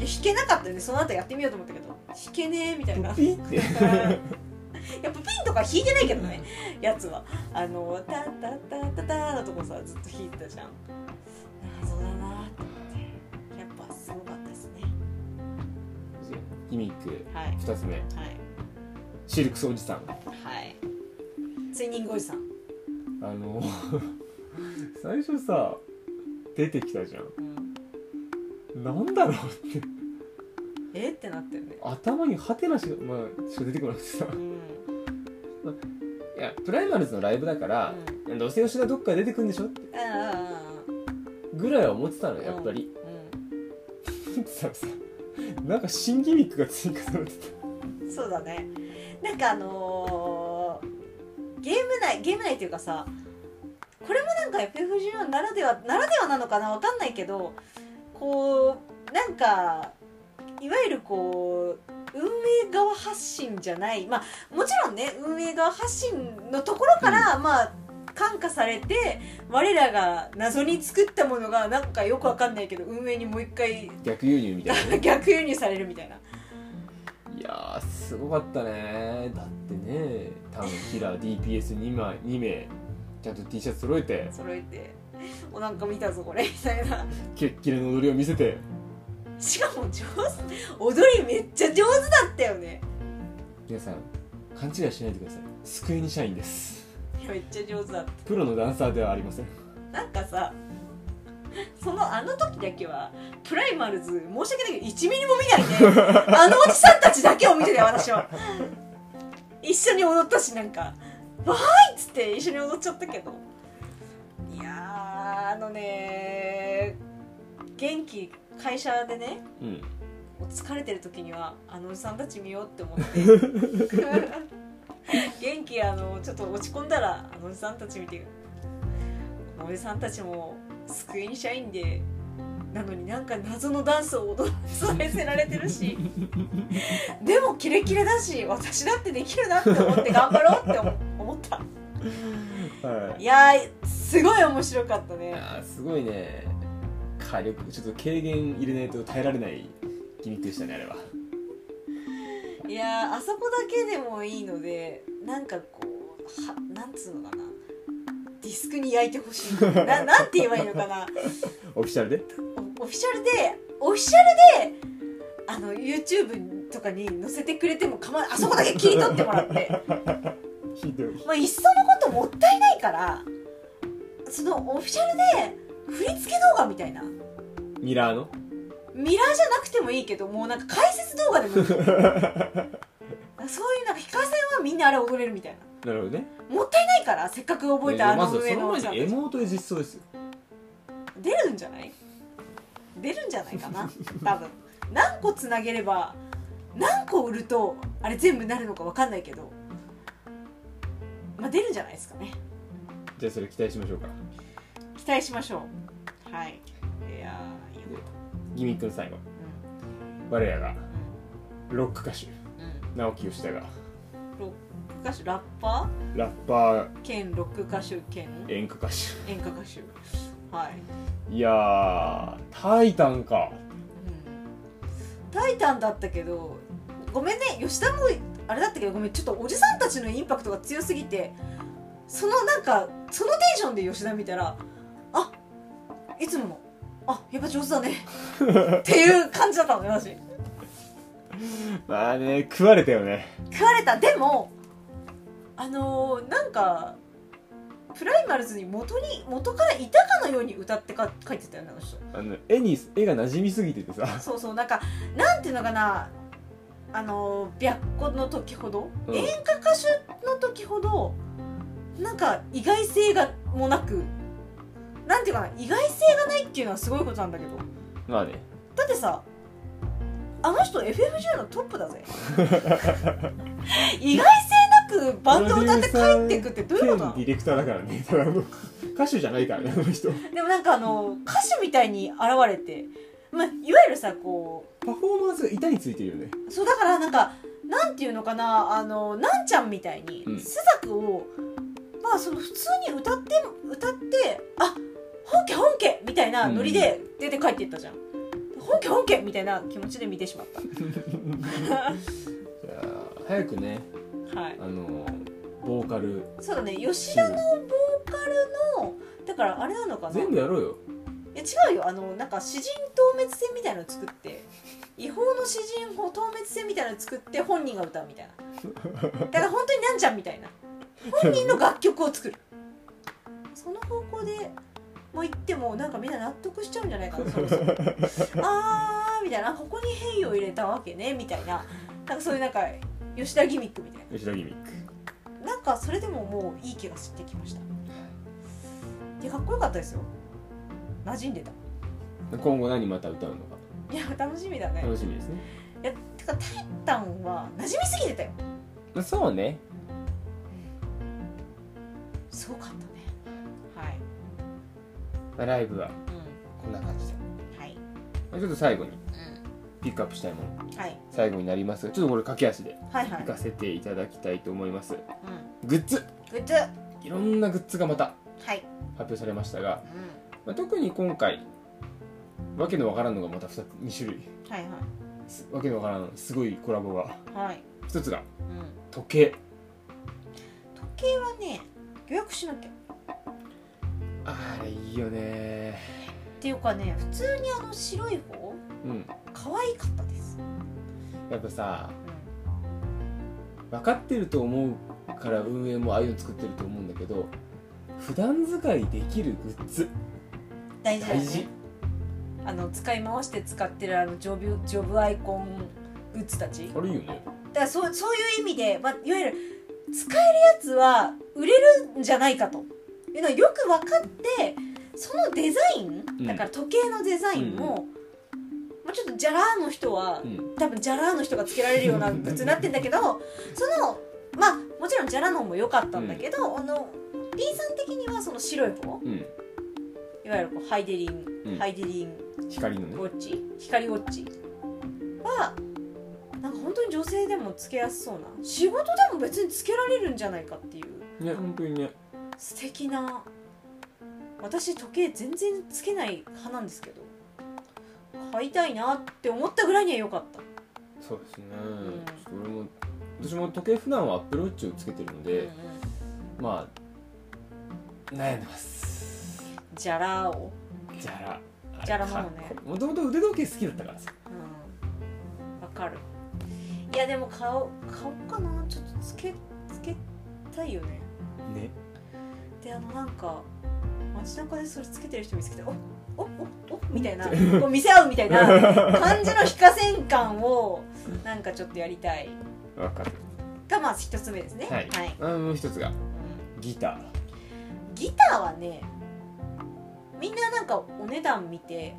[SPEAKER 2] や弾けなかったよねその後やってみようと思ったけど弾けねえみたいな
[SPEAKER 1] ピーって
[SPEAKER 2] やっぱピンとか弾いてないけどねやつはあの「タッタッタッタッター」のとこさずっと弾いてたじゃん謎だなと思ってやっぱすごかったですね
[SPEAKER 1] ギミック
[SPEAKER 2] はいはい
[SPEAKER 1] 2つ目シルクスおじさん
[SPEAKER 2] はいツイニングおじさん、
[SPEAKER 1] あの 最初さ出てきたじゃ
[SPEAKER 2] うん、
[SPEAKER 1] んなんだろうって
[SPEAKER 2] えってなったよね
[SPEAKER 1] 頭にハテナしか,、まあ、しか出てこなくてさ
[SPEAKER 2] うんうん
[SPEAKER 1] いやプライマルズのライブだから、どうせ吉田どっかで出てくんでしょって
[SPEAKER 2] ああ
[SPEAKER 1] ぐらいは思ってたのよやっぱり、 ささなんか新ギミックが追加されてた
[SPEAKER 2] うんそうだねなんかあのーゲーム内ゲーム内っていうかさこれもなんか FF14 ならではならではなのかなわかんないけどこうなんかいわゆるこう運営側発信じゃないまあもちろんね運営側発信のところから、まあ感化されて我らが謎に作ったものがなんかよくわかんないけど運営にもう一回
[SPEAKER 1] 逆輸入みたいなね
[SPEAKER 2] 逆輸入されるみたいない
[SPEAKER 1] やーすごかったねだってね多分キラー DPS2 枚2名ちゃんと T シャツ揃えて
[SPEAKER 2] 揃えて「おなんか見たぞこれ」みたいな
[SPEAKER 1] キレッキレの踊りを見せて
[SPEAKER 2] しかも上手踊りめっちゃ上手だったよね
[SPEAKER 1] 皆さん勘違いしないでください救いに社員です
[SPEAKER 2] いやめっちゃ上手だった
[SPEAKER 1] プロのダンサーではありません
[SPEAKER 2] なんかさそのあの時だけはプライマルズ申し訳ないけど1ミリも見ないねあのおじさんたちだけを見てたよ私は一緒に踊ったしなんか「わーい!」っつって一緒に踊っちゃったけどいやーあのね元気会社でね
[SPEAKER 1] うん
[SPEAKER 2] もう疲れてる時にはあのおじさんたち見ようって思って元気あのちょっと落ち込んだらあのおじさんたち見てこのおじさんたちも救いに社員でなのになんか謎のダンスを踊らせられてるしでもキレキレだし私だってできるなって思って頑張ろうって思思った
[SPEAKER 1] はい
[SPEAKER 2] いやーすごい面白かった
[SPEAKER 1] い
[SPEAKER 2] ね
[SPEAKER 1] やーすごいね火力ちょっと軽減入れないと耐えられないギミックでしたねあれはい
[SPEAKER 2] やーあそこだけでもいいのでなんかこうはなんつうのかなディスクに焼いてほしいななんて言えばいいのかな
[SPEAKER 1] オフィシャルで
[SPEAKER 2] おオフィシャルでオフィシャルであの YouTube とかに載せてくれても構わあそこだけ切り取ってもらって、
[SPEAKER 1] ひどい
[SPEAKER 2] まあ、いっそのこともったいないからそのオフィシャルで振り付け動画みたいな
[SPEAKER 1] ミラーの
[SPEAKER 2] ミラーじゃなくてもいいけどもうなんか解説動画でもいいそういうなんか非課線はみんなあれ踊れるみたい
[SPEAKER 1] な
[SPEAKER 2] な。
[SPEAKER 1] るほどね
[SPEAKER 2] もったいないからせっかく覚えたあ
[SPEAKER 1] ま
[SPEAKER 2] の
[SPEAKER 1] ず
[SPEAKER 2] 上
[SPEAKER 1] その
[SPEAKER 2] の
[SPEAKER 1] 前
[SPEAKER 2] さ
[SPEAKER 1] にエモートで実装ですよ
[SPEAKER 2] 出るんじゃない出るんじゃない かな多分何個つなげれば何個売るとあれ全部なるのか分かんないけどまあ出るんじゃないですかね
[SPEAKER 1] じゃあそれ期待しましょうか
[SPEAKER 2] 期待しましょうはいいやーよかっ
[SPEAKER 1] ギミックの最後
[SPEAKER 2] た
[SPEAKER 1] 我らがロック歌手
[SPEAKER 2] うんうん
[SPEAKER 1] 直木吉田が
[SPEAKER 2] ロック歌手ラッパ
[SPEAKER 1] ラッパ
[SPEAKER 2] ー兼ロック歌手兼
[SPEAKER 1] ー演歌歌手
[SPEAKER 2] 演歌歌手はい
[SPEAKER 1] いやータイタンか
[SPEAKER 2] うんタイタンだったけどごめんね吉田もあれだったけどごめんちょっとおじさんたちのインパクトが強すぎてそのなんかそのテンションで吉田見たらあいつものあやっぱ上手だねっていう感じだったのね私
[SPEAKER 1] まあね食われたよね
[SPEAKER 2] 食われたでもあのーなんかプライマルズに元に元からいたかのように歌ってか書いてたよねあの人
[SPEAKER 1] あの絵に絵が馴染みすぎててさ
[SPEAKER 2] そうそうなんかなんていうのかなあの白子の時ほど、
[SPEAKER 1] うん
[SPEAKER 2] 演歌歌手の時ほどなんか意外性がもなくなんていうかな意外性がないっていうのはすごいことなんだけど
[SPEAKER 1] まあね
[SPEAKER 2] だってさあの人 FF10 のトップだぜ 意外性なくバンドを歌って帰ってくってどういうことなの
[SPEAKER 1] 兼ディレクターだからねだからもう歌手じゃないからねあの人
[SPEAKER 2] でもなんかあの歌手みたいに現れて、まあ、いわゆるさこう
[SPEAKER 1] パフォーマンスが板についてるよね
[SPEAKER 2] そうだからなんかなんていうのかなあのなんちゃんみたいに
[SPEAKER 1] うん
[SPEAKER 2] 朱雀を、まあその普通に歌って歌ってあ本家本家みたいなノリで出て帰っていったじゃん、本家本家みたいな気持ちで見て しまった
[SPEAKER 1] じゃあ早くね
[SPEAKER 2] はい
[SPEAKER 1] あのボーカル
[SPEAKER 2] そうだね吉田のボーカルのだからあれなのかな
[SPEAKER 1] 全部やろうよ
[SPEAKER 2] いや違うよあのなんか詩人透滅戦みたいなの作って違法の詩人を透滅戦みたいなの作って本人が歌うみたいなだから本当になんちゃんみたいな本人の楽曲を作るその方向でもう行ってもなんかみんな納得しちゃうんじゃないかなそろそろあーみたいなあここに変異を入れたわけねみたいななんかそういうなんか吉田ギミックみたいな
[SPEAKER 1] 吉田ギミック
[SPEAKER 2] なんかそれでももういい気がしてきましたでかっこよかったですよ馴染んでた
[SPEAKER 1] 今後何また歌うのか
[SPEAKER 2] いや楽しみだね、
[SPEAKER 1] 楽しみですね
[SPEAKER 2] いやてかタイタンは馴染みすぎてたよ
[SPEAKER 1] そうね
[SPEAKER 2] すごかったねはい、
[SPEAKER 1] まあライブは
[SPEAKER 2] う
[SPEAKER 1] こんな感じで
[SPEAKER 2] ん、はい、
[SPEAKER 1] まあちょっと最後に
[SPEAKER 2] う
[SPEAKER 1] ピックアップしたいもの
[SPEAKER 2] ん、はい
[SPEAKER 1] 最後になりますがちょっとこれ駆け足で
[SPEAKER 2] はいはい
[SPEAKER 1] 行かせていただきたいと思います
[SPEAKER 2] うん
[SPEAKER 1] グッズ
[SPEAKER 2] グッズはい
[SPEAKER 1] ろんなグッズがまた
[SPEAKER 2] い
[SPEAKER 1] 発表されましたが、まあ、特に今回わけのわからんのがまた 2, 2種類
[SPEAKER 2] うんはいは
[SPEAKER 1] すわけのわからんすごいコラボが
[SPEAKER 2] いはい
[SPEAKER 1] 一つが
[SPEAKER 2] うん
[SPEAKER 1] 時計
[SPEAKER 2] 時計はね予約しなきゃっ
[SPEAKER 1] あれいいよね
[SPEAKER 2] ていうかね普通にあの白い方
[SPEAKER 1] うん
[SPEAKER 2] 可愛かったです、
[SPEAKER 1] やっぱさ分かってると思うから運営もああいうの作ってると思うんだけど普段使いできるグッズ
[SPEAKER 2] うん、大事だよ
[SPEAKER 1] 大
[SPEAKER 2] ね
[SPEAKER 1] 事
[SPEAKER 2] あの使い回して使ってるあのジョブジョブアイコングッズたち
[SPEAKER 1] あれいいよね
[SPEAKER 2] だからそうそういう意味で、まあ、いわゆる使えるやつは売れるんじゃないかというのはよく分かってそのデザイン、
[SPEAKER 1] ん
[SPEAKER 2] だから時計のデザインも、まあ、ちょっとジャラーの人は、
[SPEAKER 1] うん
[SPEAKER 2] 多分ジャラーの人がつけられるようなグッズになってんだけどそのまあもちろんジャラの方も良かったんだけど、あの P さん的にはその白い方
[SPEAKER 1] う
[SPEAKER 2] いわゆるこうハイデリン、
[SPEAKER 1] うん
[SPEAKER 2] ハイデリン
[SPEAKER 1] ん光のね
[SPEAKER 2] ウォッチ光ウォッチはなんか本当に女性でもつけやすそうな仕事でも別につけられるんじゃないかっていう
[SPEAKER 1] ね本当にね
[SPEAKER 2] 素敵な私時計全然つけない派なんですけど買いたいなって思ったぐらいには良かった
[SPEAKER 1] そうですね、
[SPEAKER 2] ん
[SPEAKER 1] ちょっと俺も私も時計普段はアップルウォッチをつけてるの
[SPEAKER 2] うん
[SPEAKER 1] で
[SPEAKER 2] うん、
[SPEAKER 1] まあ悩んでます
[SPEAKER 2] じゃらを、
[SPEAKER 1] じゃら
[SPEAKER 2] じゃらなのね
[SPEAKER 1] もともと腕時計好きだったからさ
[SPEAKER 2] うん、わかるいやでも買おう買おうかなちょっとつけつけたいよね
[SPEAKER 1] ね
[SPEAKER 2] であのなんか街中でそれつけてる人見つけておおおおみたい なこう見せ合うみたいな感じの非可戦感をなんかちょっとやりたい
[SPEAKER 1] わかる
[SPEAKER 2] がまず一つ目ですね
[SPEAKER 1] はい、あもう一つが
[SPEAKER 2] うん
[SPEAKER 1] ギタ
[SPEAKER 2] ギターはねみんななんかお値段見て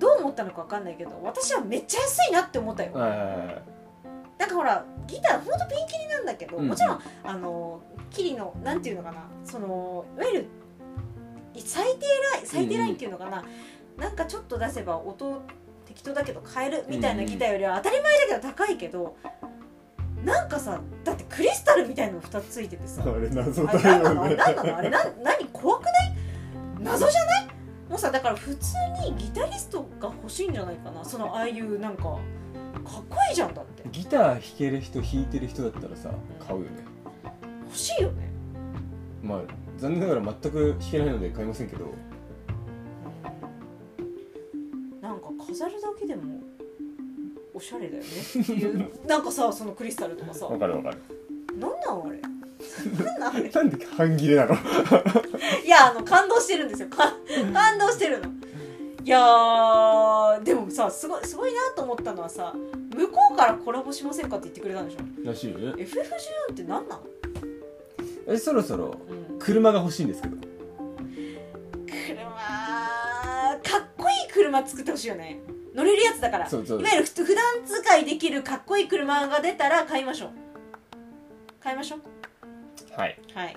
[SPEAKER 2] どう思ったのか分かんないけど私はめっちゃ安いなって思ったよ
[SPEAKER 1] ーあ
[SPEAKER 2] なんかほらギターほんとピンキリなんだけど、
[SPEAKER 1] うん
[SPEAKER 2] もちろんあのキリのなんていうのかなそのいわゆるい最低ライン最低ラインっていうのかな、なんかちょっと出せば音適当だけど変えるみたいなギターよりは当たり前だけど高いけど、なんかさだってクリスタルみたいなの2つついててさ
[SPEAKER 1] あれ謎
[SPEAKER 2] あれ何なのあれ何なのあれ何何怖くない謎じゃないもうさだから普通にギタリストが欲しいんじゃないかなそのああいうなんかかっこいいじゃんだって
[SPEAKER 1] ギター弾ける人弾いてる人だったらさ買うよね
[SPEAKER 2] 欲しいよね
[SPEAKER 1] まあ残念ながら全く弾けないので買いませんけど
[SPEAKER 2] なんか飾るだけでもおしゃれだよねってい うなんかさそのクリスタルとかさ
[SPEAKER 1] わかるわかる
[SPEAKER 2] なんな んあれなんなんあれ
[SPEAKER 1] なんで半切れなの
[SPEAKER 2] いやあの感動してるんですよか感動してるのいやーでもさすごいすごいなと思ったのはさ向こうからコラボしませんかって言ってくれたんでしょ
[SPEAKER 1] らしいよね
[SPEAKER 2] FF14 って何なの、
[SPEAKER 1] えそろそろ
[SPEAKER 2] うん、
[SPEAKER 1] 車が欲しいんですけど
[SPEAKER 2] 車かっこいい車作ってほしいよね乗れるやつだから
[SPEAKER 1] そうそう
[SPEAKER 2] いわゆるふ普段使いできるかっこいい車が出たら買いましょう買いましょう
[SPEAKER 1] はい
[SPEAKER 2] はい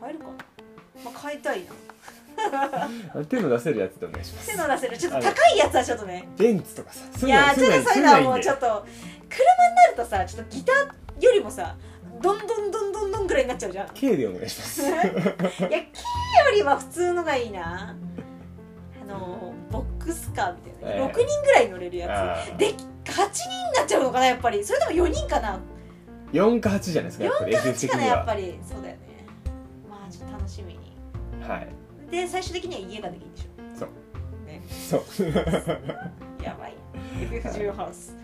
[SPEAKER 2] 買えるかな、まあ、買いたいな
[SPEAKER 1] 手の出せるやつでお願いします
[SPEAKER 2] 手の出せるちょっと高いやつはちょっとね
[SPEAKER 1] ベンツとかさそ
[SPEAKER 2] いう
[SPEAKER 1] いうの
[SPEAKER 2] やー
[SPEAKER 1] そう
[SPEAKER 2] ちょっ
[SPEAKER 1] いう
[SPEAKER 2] と
[SPEAKER 1] の
[SPEAKER 2] そういうの
[SPEAKER 1] そう
[SPEAKER 2] は
[SPEAKER 1] いうの
[SPEAKER 2] も
[SPEAKER 1] はいういん
[SPEAKER 2] ち
[SPEAKER 1] で
[SPEAKER 2] ょっと車になるとさちょっとギターよりもさどんどんどんどんどんぐらいになっちゃ うじゃん
[SPEAKER 1] K でお願いします
[SPEAKER 2] いやキーよりは普通のがいいなあのボックスカーみたい
[SPEAKER 1] え
[SPEAKER 2] な
[SPEAKER 1] え
[SPEAKER 2] 6人ぐらい乗れるや
[SPEAKER 1] あ
[SPEAKER 2] つ
[SPEAKER 1] ー
[SPEAKER 2] で8人になっちゃうのかなやっぱりそれとも4人かな
[SPEAKER 1] 4か8じゃないですかやっぱり SF
[SPEAKER 2] し
[SPEAKER 1] 的
[SPEAKER 2] かない
[SPEAKER 1] に
[SPEAKER 2] やっぱ
[SPEAKER 1] は
[SPEAKER 2] りそうだよねまあちょっと楽しみに
[SPEAKER 1] はい
[SPEAKER 2] で最終的には家ができるでし
[SPEAKER 1] そう
[SPEAKER 2] ね
[SPEAKER 1] そう
[SPEAKER 2] ょやばい FF14 ハウス、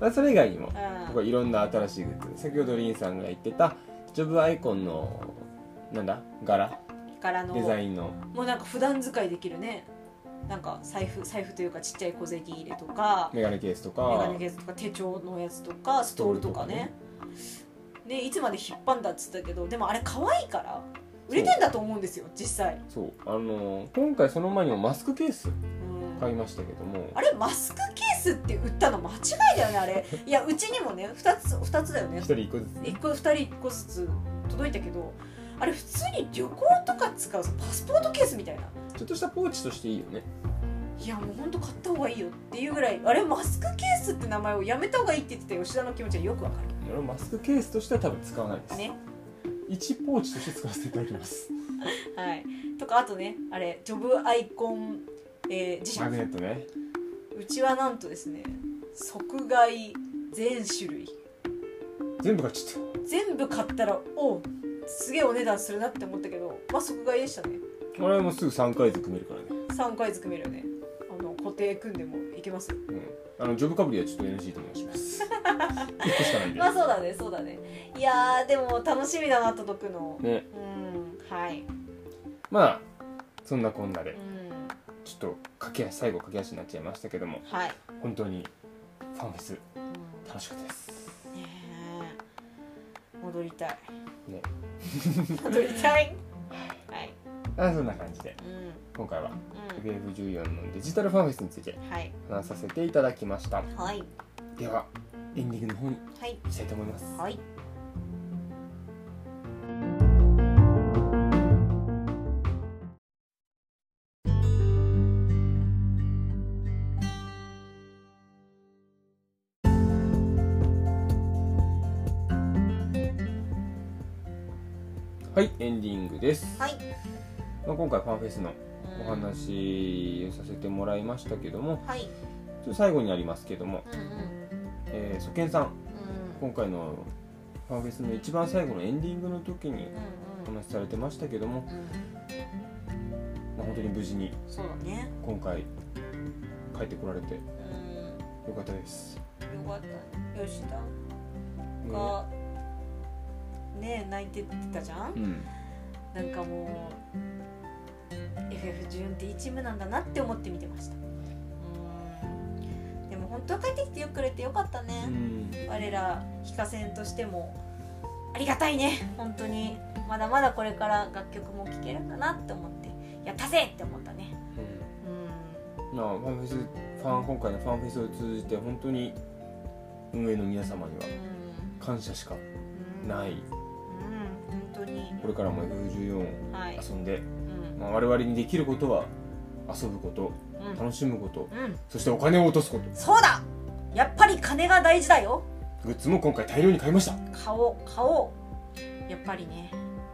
[SPEAKER 1] まあそれ以外にも
[SPEAKER 2] うん
[SPEAKER 1] 僕はいろんな新しいグッズ先ほどリンさんが言ってたジョブアイコンのなんだ柄
[SPEAKER 2] からの
[SPEAKER 1] デザインの
[SPEAKER 2] もうなんか普段使いできるねなんか財布財布というかちっちゃい小銭入れとか
[SPEAKER 1] メガネケースと
[SPEAKER 2] メガ
[SPEAKER 1] か
[SPEAKER 2] ネケースとか手帳のやつとかストールとかねねいつまで引っ張んだっつったけどでもあれ可愛いから売れてんだと思うんですよ実際、
[SPEAKER 1] そうあの今回その前にもマスクケース
[SPEAKER 2] うん
[SPEAKER 1] 買いましたけども
[SPEAKER 2] あれマスクケースって売ったの間違いだよねあれいやうちにもね2つ2つだよね
[SPEAKER 1] 一人一個ずつ
[SPEAKER 2] 1個2人1個ずつ届いたけどあれ普通に旅行とか使うさパスポートケースみたいな
[SPEAKER 1] ちょっとしたポーチとしていいよね
[SPEAKER 2] いやもうほんと買った方がいいよっていうぐらいあれマスクケースって名前をやめた方がいいって言ってた吉田の気持ちはよくわか
[SPEAKER 1] 俺はマスクケースとしては多分使わないで
[SPEAKER 2] る
[SPEAKER 1] す、
[SPEAKER 2] ね
[SPEAKER 1] 1ポーチとして使わせていただきます
[SPEAKER 2] はいとかあとねあれジョブアイコン、えー、磁石
[SPEAKER 1] マグネットね
[SPEAKER 2] うちはなんとですね即買い全種類
[SPEAKER 1] 全部買っちゃっ
[SPEAKER 2] 全部買ったらおうすげえお値段するなって思ったけどまあ即買いでしたね
[SPEAKER 1] た俺はもうすぐ3回ずつ組めるからね、
[SPEAKER 2] 3回ず組めるよねあの固定組んでもいけます
[SPEAKER 1] うん、あのジョブかぶりはちょっと NG とお願いします 1個しかないんで、
[SPEAKER 2] まあそうだねそうだねいやーでも楽しみだな届くの
[SPEAKER 1] ね
[SPEAKER 2] うんはい
[SPEAKER 1] まあそんなこんな
[SPEAKER 2] う
[SPEAKER 1] で
[SPEAKER 2] ん
[SPEAKER 1] ちょっと駆け足最後駆け足になっちゃいましたけども
[SPEAKER 2] はい、
[SPEAKER 1] 本当にファンフェス
[SPEAKER 2] うん
[SPEAKER 1] 楽しかったです
[SPEAKER 2] ねえ戻りたい
[SPEAKER 1] ね
[SPEAKER 2] 戻りたいはい
[SPEAKER 1] あそんな感じで
[SPEAKER 2] うん
[SPEAKER 1] 今回は
[SPEAKER 2] う
[SPEAKER 1] FF14 のデジタルファンフェスについて
[SPEAKER 2] んはい
[SPEAKER 1] 話させていただきました
[SPEAKER 2] はい
[SPEAKER 1] ではエンディングの方に
[SPEAKER 2] はい
[SPEAKER 1] したいと思います
[SPEAKER 2] はい
[SPEAKER 1] はいエンディングです、
[SPEAKER 2] はい
[SPEAKER 1] まあ、今回ファンフェスの
[SPEAKER 2] うん
[SPEAKER 1] お話をさせてもらいましたけども
[SPEAKER 2] はい
[SPEAKER 1] ちょっと最後になりますけども
[SPEAKER 2] うんうん
[SPEAKER 1] えー、ソケンさん
[SPEAKER 2] うん
[SPEAKER 1] 今回のファンフェスの一番最後のエンディングの時にお
[SPEAKER 2] うんうん
[SPEAKER 1] 話しされてましたけども、
[SPEAKER 2] うん
[SPEAKER 1] まあ、本当に無事に
[SPEAKER 2] そうだね
[SPEAKER 1] 今回帰ってこられてよ
[SPEAKER 2] うん
[SPEAKER 1] かったです、
[SPEAKER 2] よかった吉田
[SPEAKER 1] ね
[SPEAKER 2] がねえ泣いてたじゃん
[SPEAKER 1] うん
[SPEAKER 2] なんかもう FF14 っていいチームなんだなって思って見てましたうんでも本当は帰ってきてよくれてよかったね、
[SPEAKER 1] うん
[SPEAKER 2] 我ら非課線としてもありがたいね本当にまだまだこれから楽曲も聴けるんだなって思ってやったぜって思ったねう
[SPEAKER 1] まあ、ファンフェスファン今回のファンフェスを通じて本当に運営の皆様には
[SPEAKER 2] ん
[SPEAKER 1] 感謝しか
[SPEAKER 2] うん
[SPEAKER 1] ない
[SPEAKER 2] うん本当に
[SPEAKER 1] これからも F14 を
[SPEAKER 2] はい
[SPEAKER 1] 遊んで、
[SPEAKER 2] うん
[SPEAKER 1] まあ、我々にできることは遊ぶこと
[SPEAKER 2] うん
[SPEAKER 1] 楽しむこと
[SPEAKER 2] うん
[SPEAKER 1] そしてお金を落とすこ
[SPEAKER 2] そうだやっぱり金が大事だよ
[SPEAKER 1] とグッズも今回大量に買いました
[SPEAKER 2] 買おう買おうやっぱりね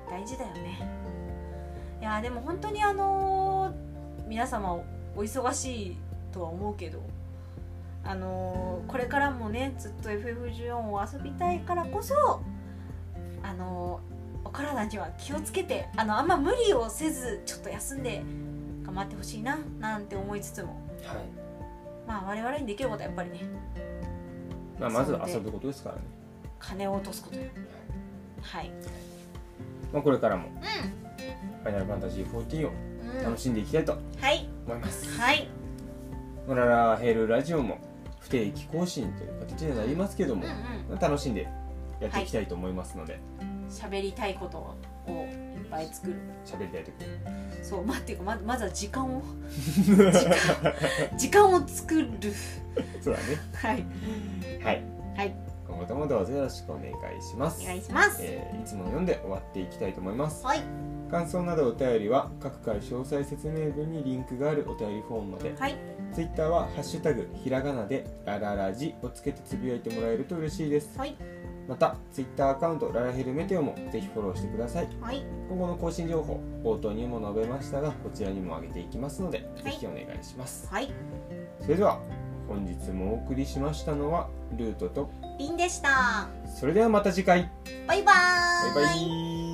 [SPEAKER 2] 大事だよねいやーでも本当にあのー皆様お忙しいとは思うけどあのーこれからもねずっと FF14 を遊びたいからこそあのーお体には気をつけてあのあんま無理をせずちょっと休んで頑張ってほしいななんて思いつつも
[SPEAKER 1] はい
[SPEAKER 2] まあ我々にできることはやっぱりね
[SPEAKER 1] まあ、まず
[SPEAKER 2] 遊ん
[SPEAKER 1] は
[SPEAKER 2] で
[SPEAKER 1] 遊ぶことですからね、
[SPEAKER 2] 金を落とすことよはい
[SPEAKER 1] まあ、これからも
[SPEAKER 2] う
[SPEAKER 1] 「ファイナルファンタジー14」を
[SPEAKER 2] ん、うん、
[SPEAKER 1] 楽しんでいきたいと
[SPEAKER 2] はい
[SPEAKER 1] 思います、
[SPEAKER 2] はい
[SPEAKER 1] モララヘルラジオも不定期更新という形になりますけども
[SPEAKER 2] うん、うん
[SPEAKER 1] まあ楽しんでやっていきたいと思いますので
[SPEAKER 2] 喋りたいことをいっぱい作る
[SPEAKER 1] 喋、りたいとき
[SPEAKER 2] そうまあっていうかままずは時間を時間時間を作る
[SPEAKER 1] そうだね
[SPEAKER 2] はい
[SPEAKER 1] はい
[SPEAKER 2] はい
[SPEAKER 1] 今後後ともどうぞよろしくお願いします
[SPEAKER 2] お願いします
[SPEAKER 1] えーいつも読んで終わっていきたいと思います
[SPEAKER 2] はい
[SPEAKER 1] 感想などお便りは各回詳細説明文にリンクがあるお便りフォームまで
[SPEAKER 2] はい
[SPEAKER 1] ツイッターは「ハッシュタグひらがな」で「ラララジ」をつけてつぶやいてもらえると嬉しいです
[SPEAKER 2] はい
[SPEAKER 1] またツイッターアカウント「ララヘルメテオ」もぜひフォローしてください
[SPEAKER 2] はい
[SPEAKER 1] 今後の更新情報冒頭にも述べましたがこちらにも上げていきますので、
[SPEAKER 2] い
[SPEAKER 1] ぜひお願いします
[SPEAKER 2] はい
[SPEAKER 1] それでは本日もお送りしましたのはルートと
[SPEAKER 2] リンでした
[SPEAKER 1] それではまた次回
[SPEAKER 2] バイバ
[SPEAKER 1] バイバイ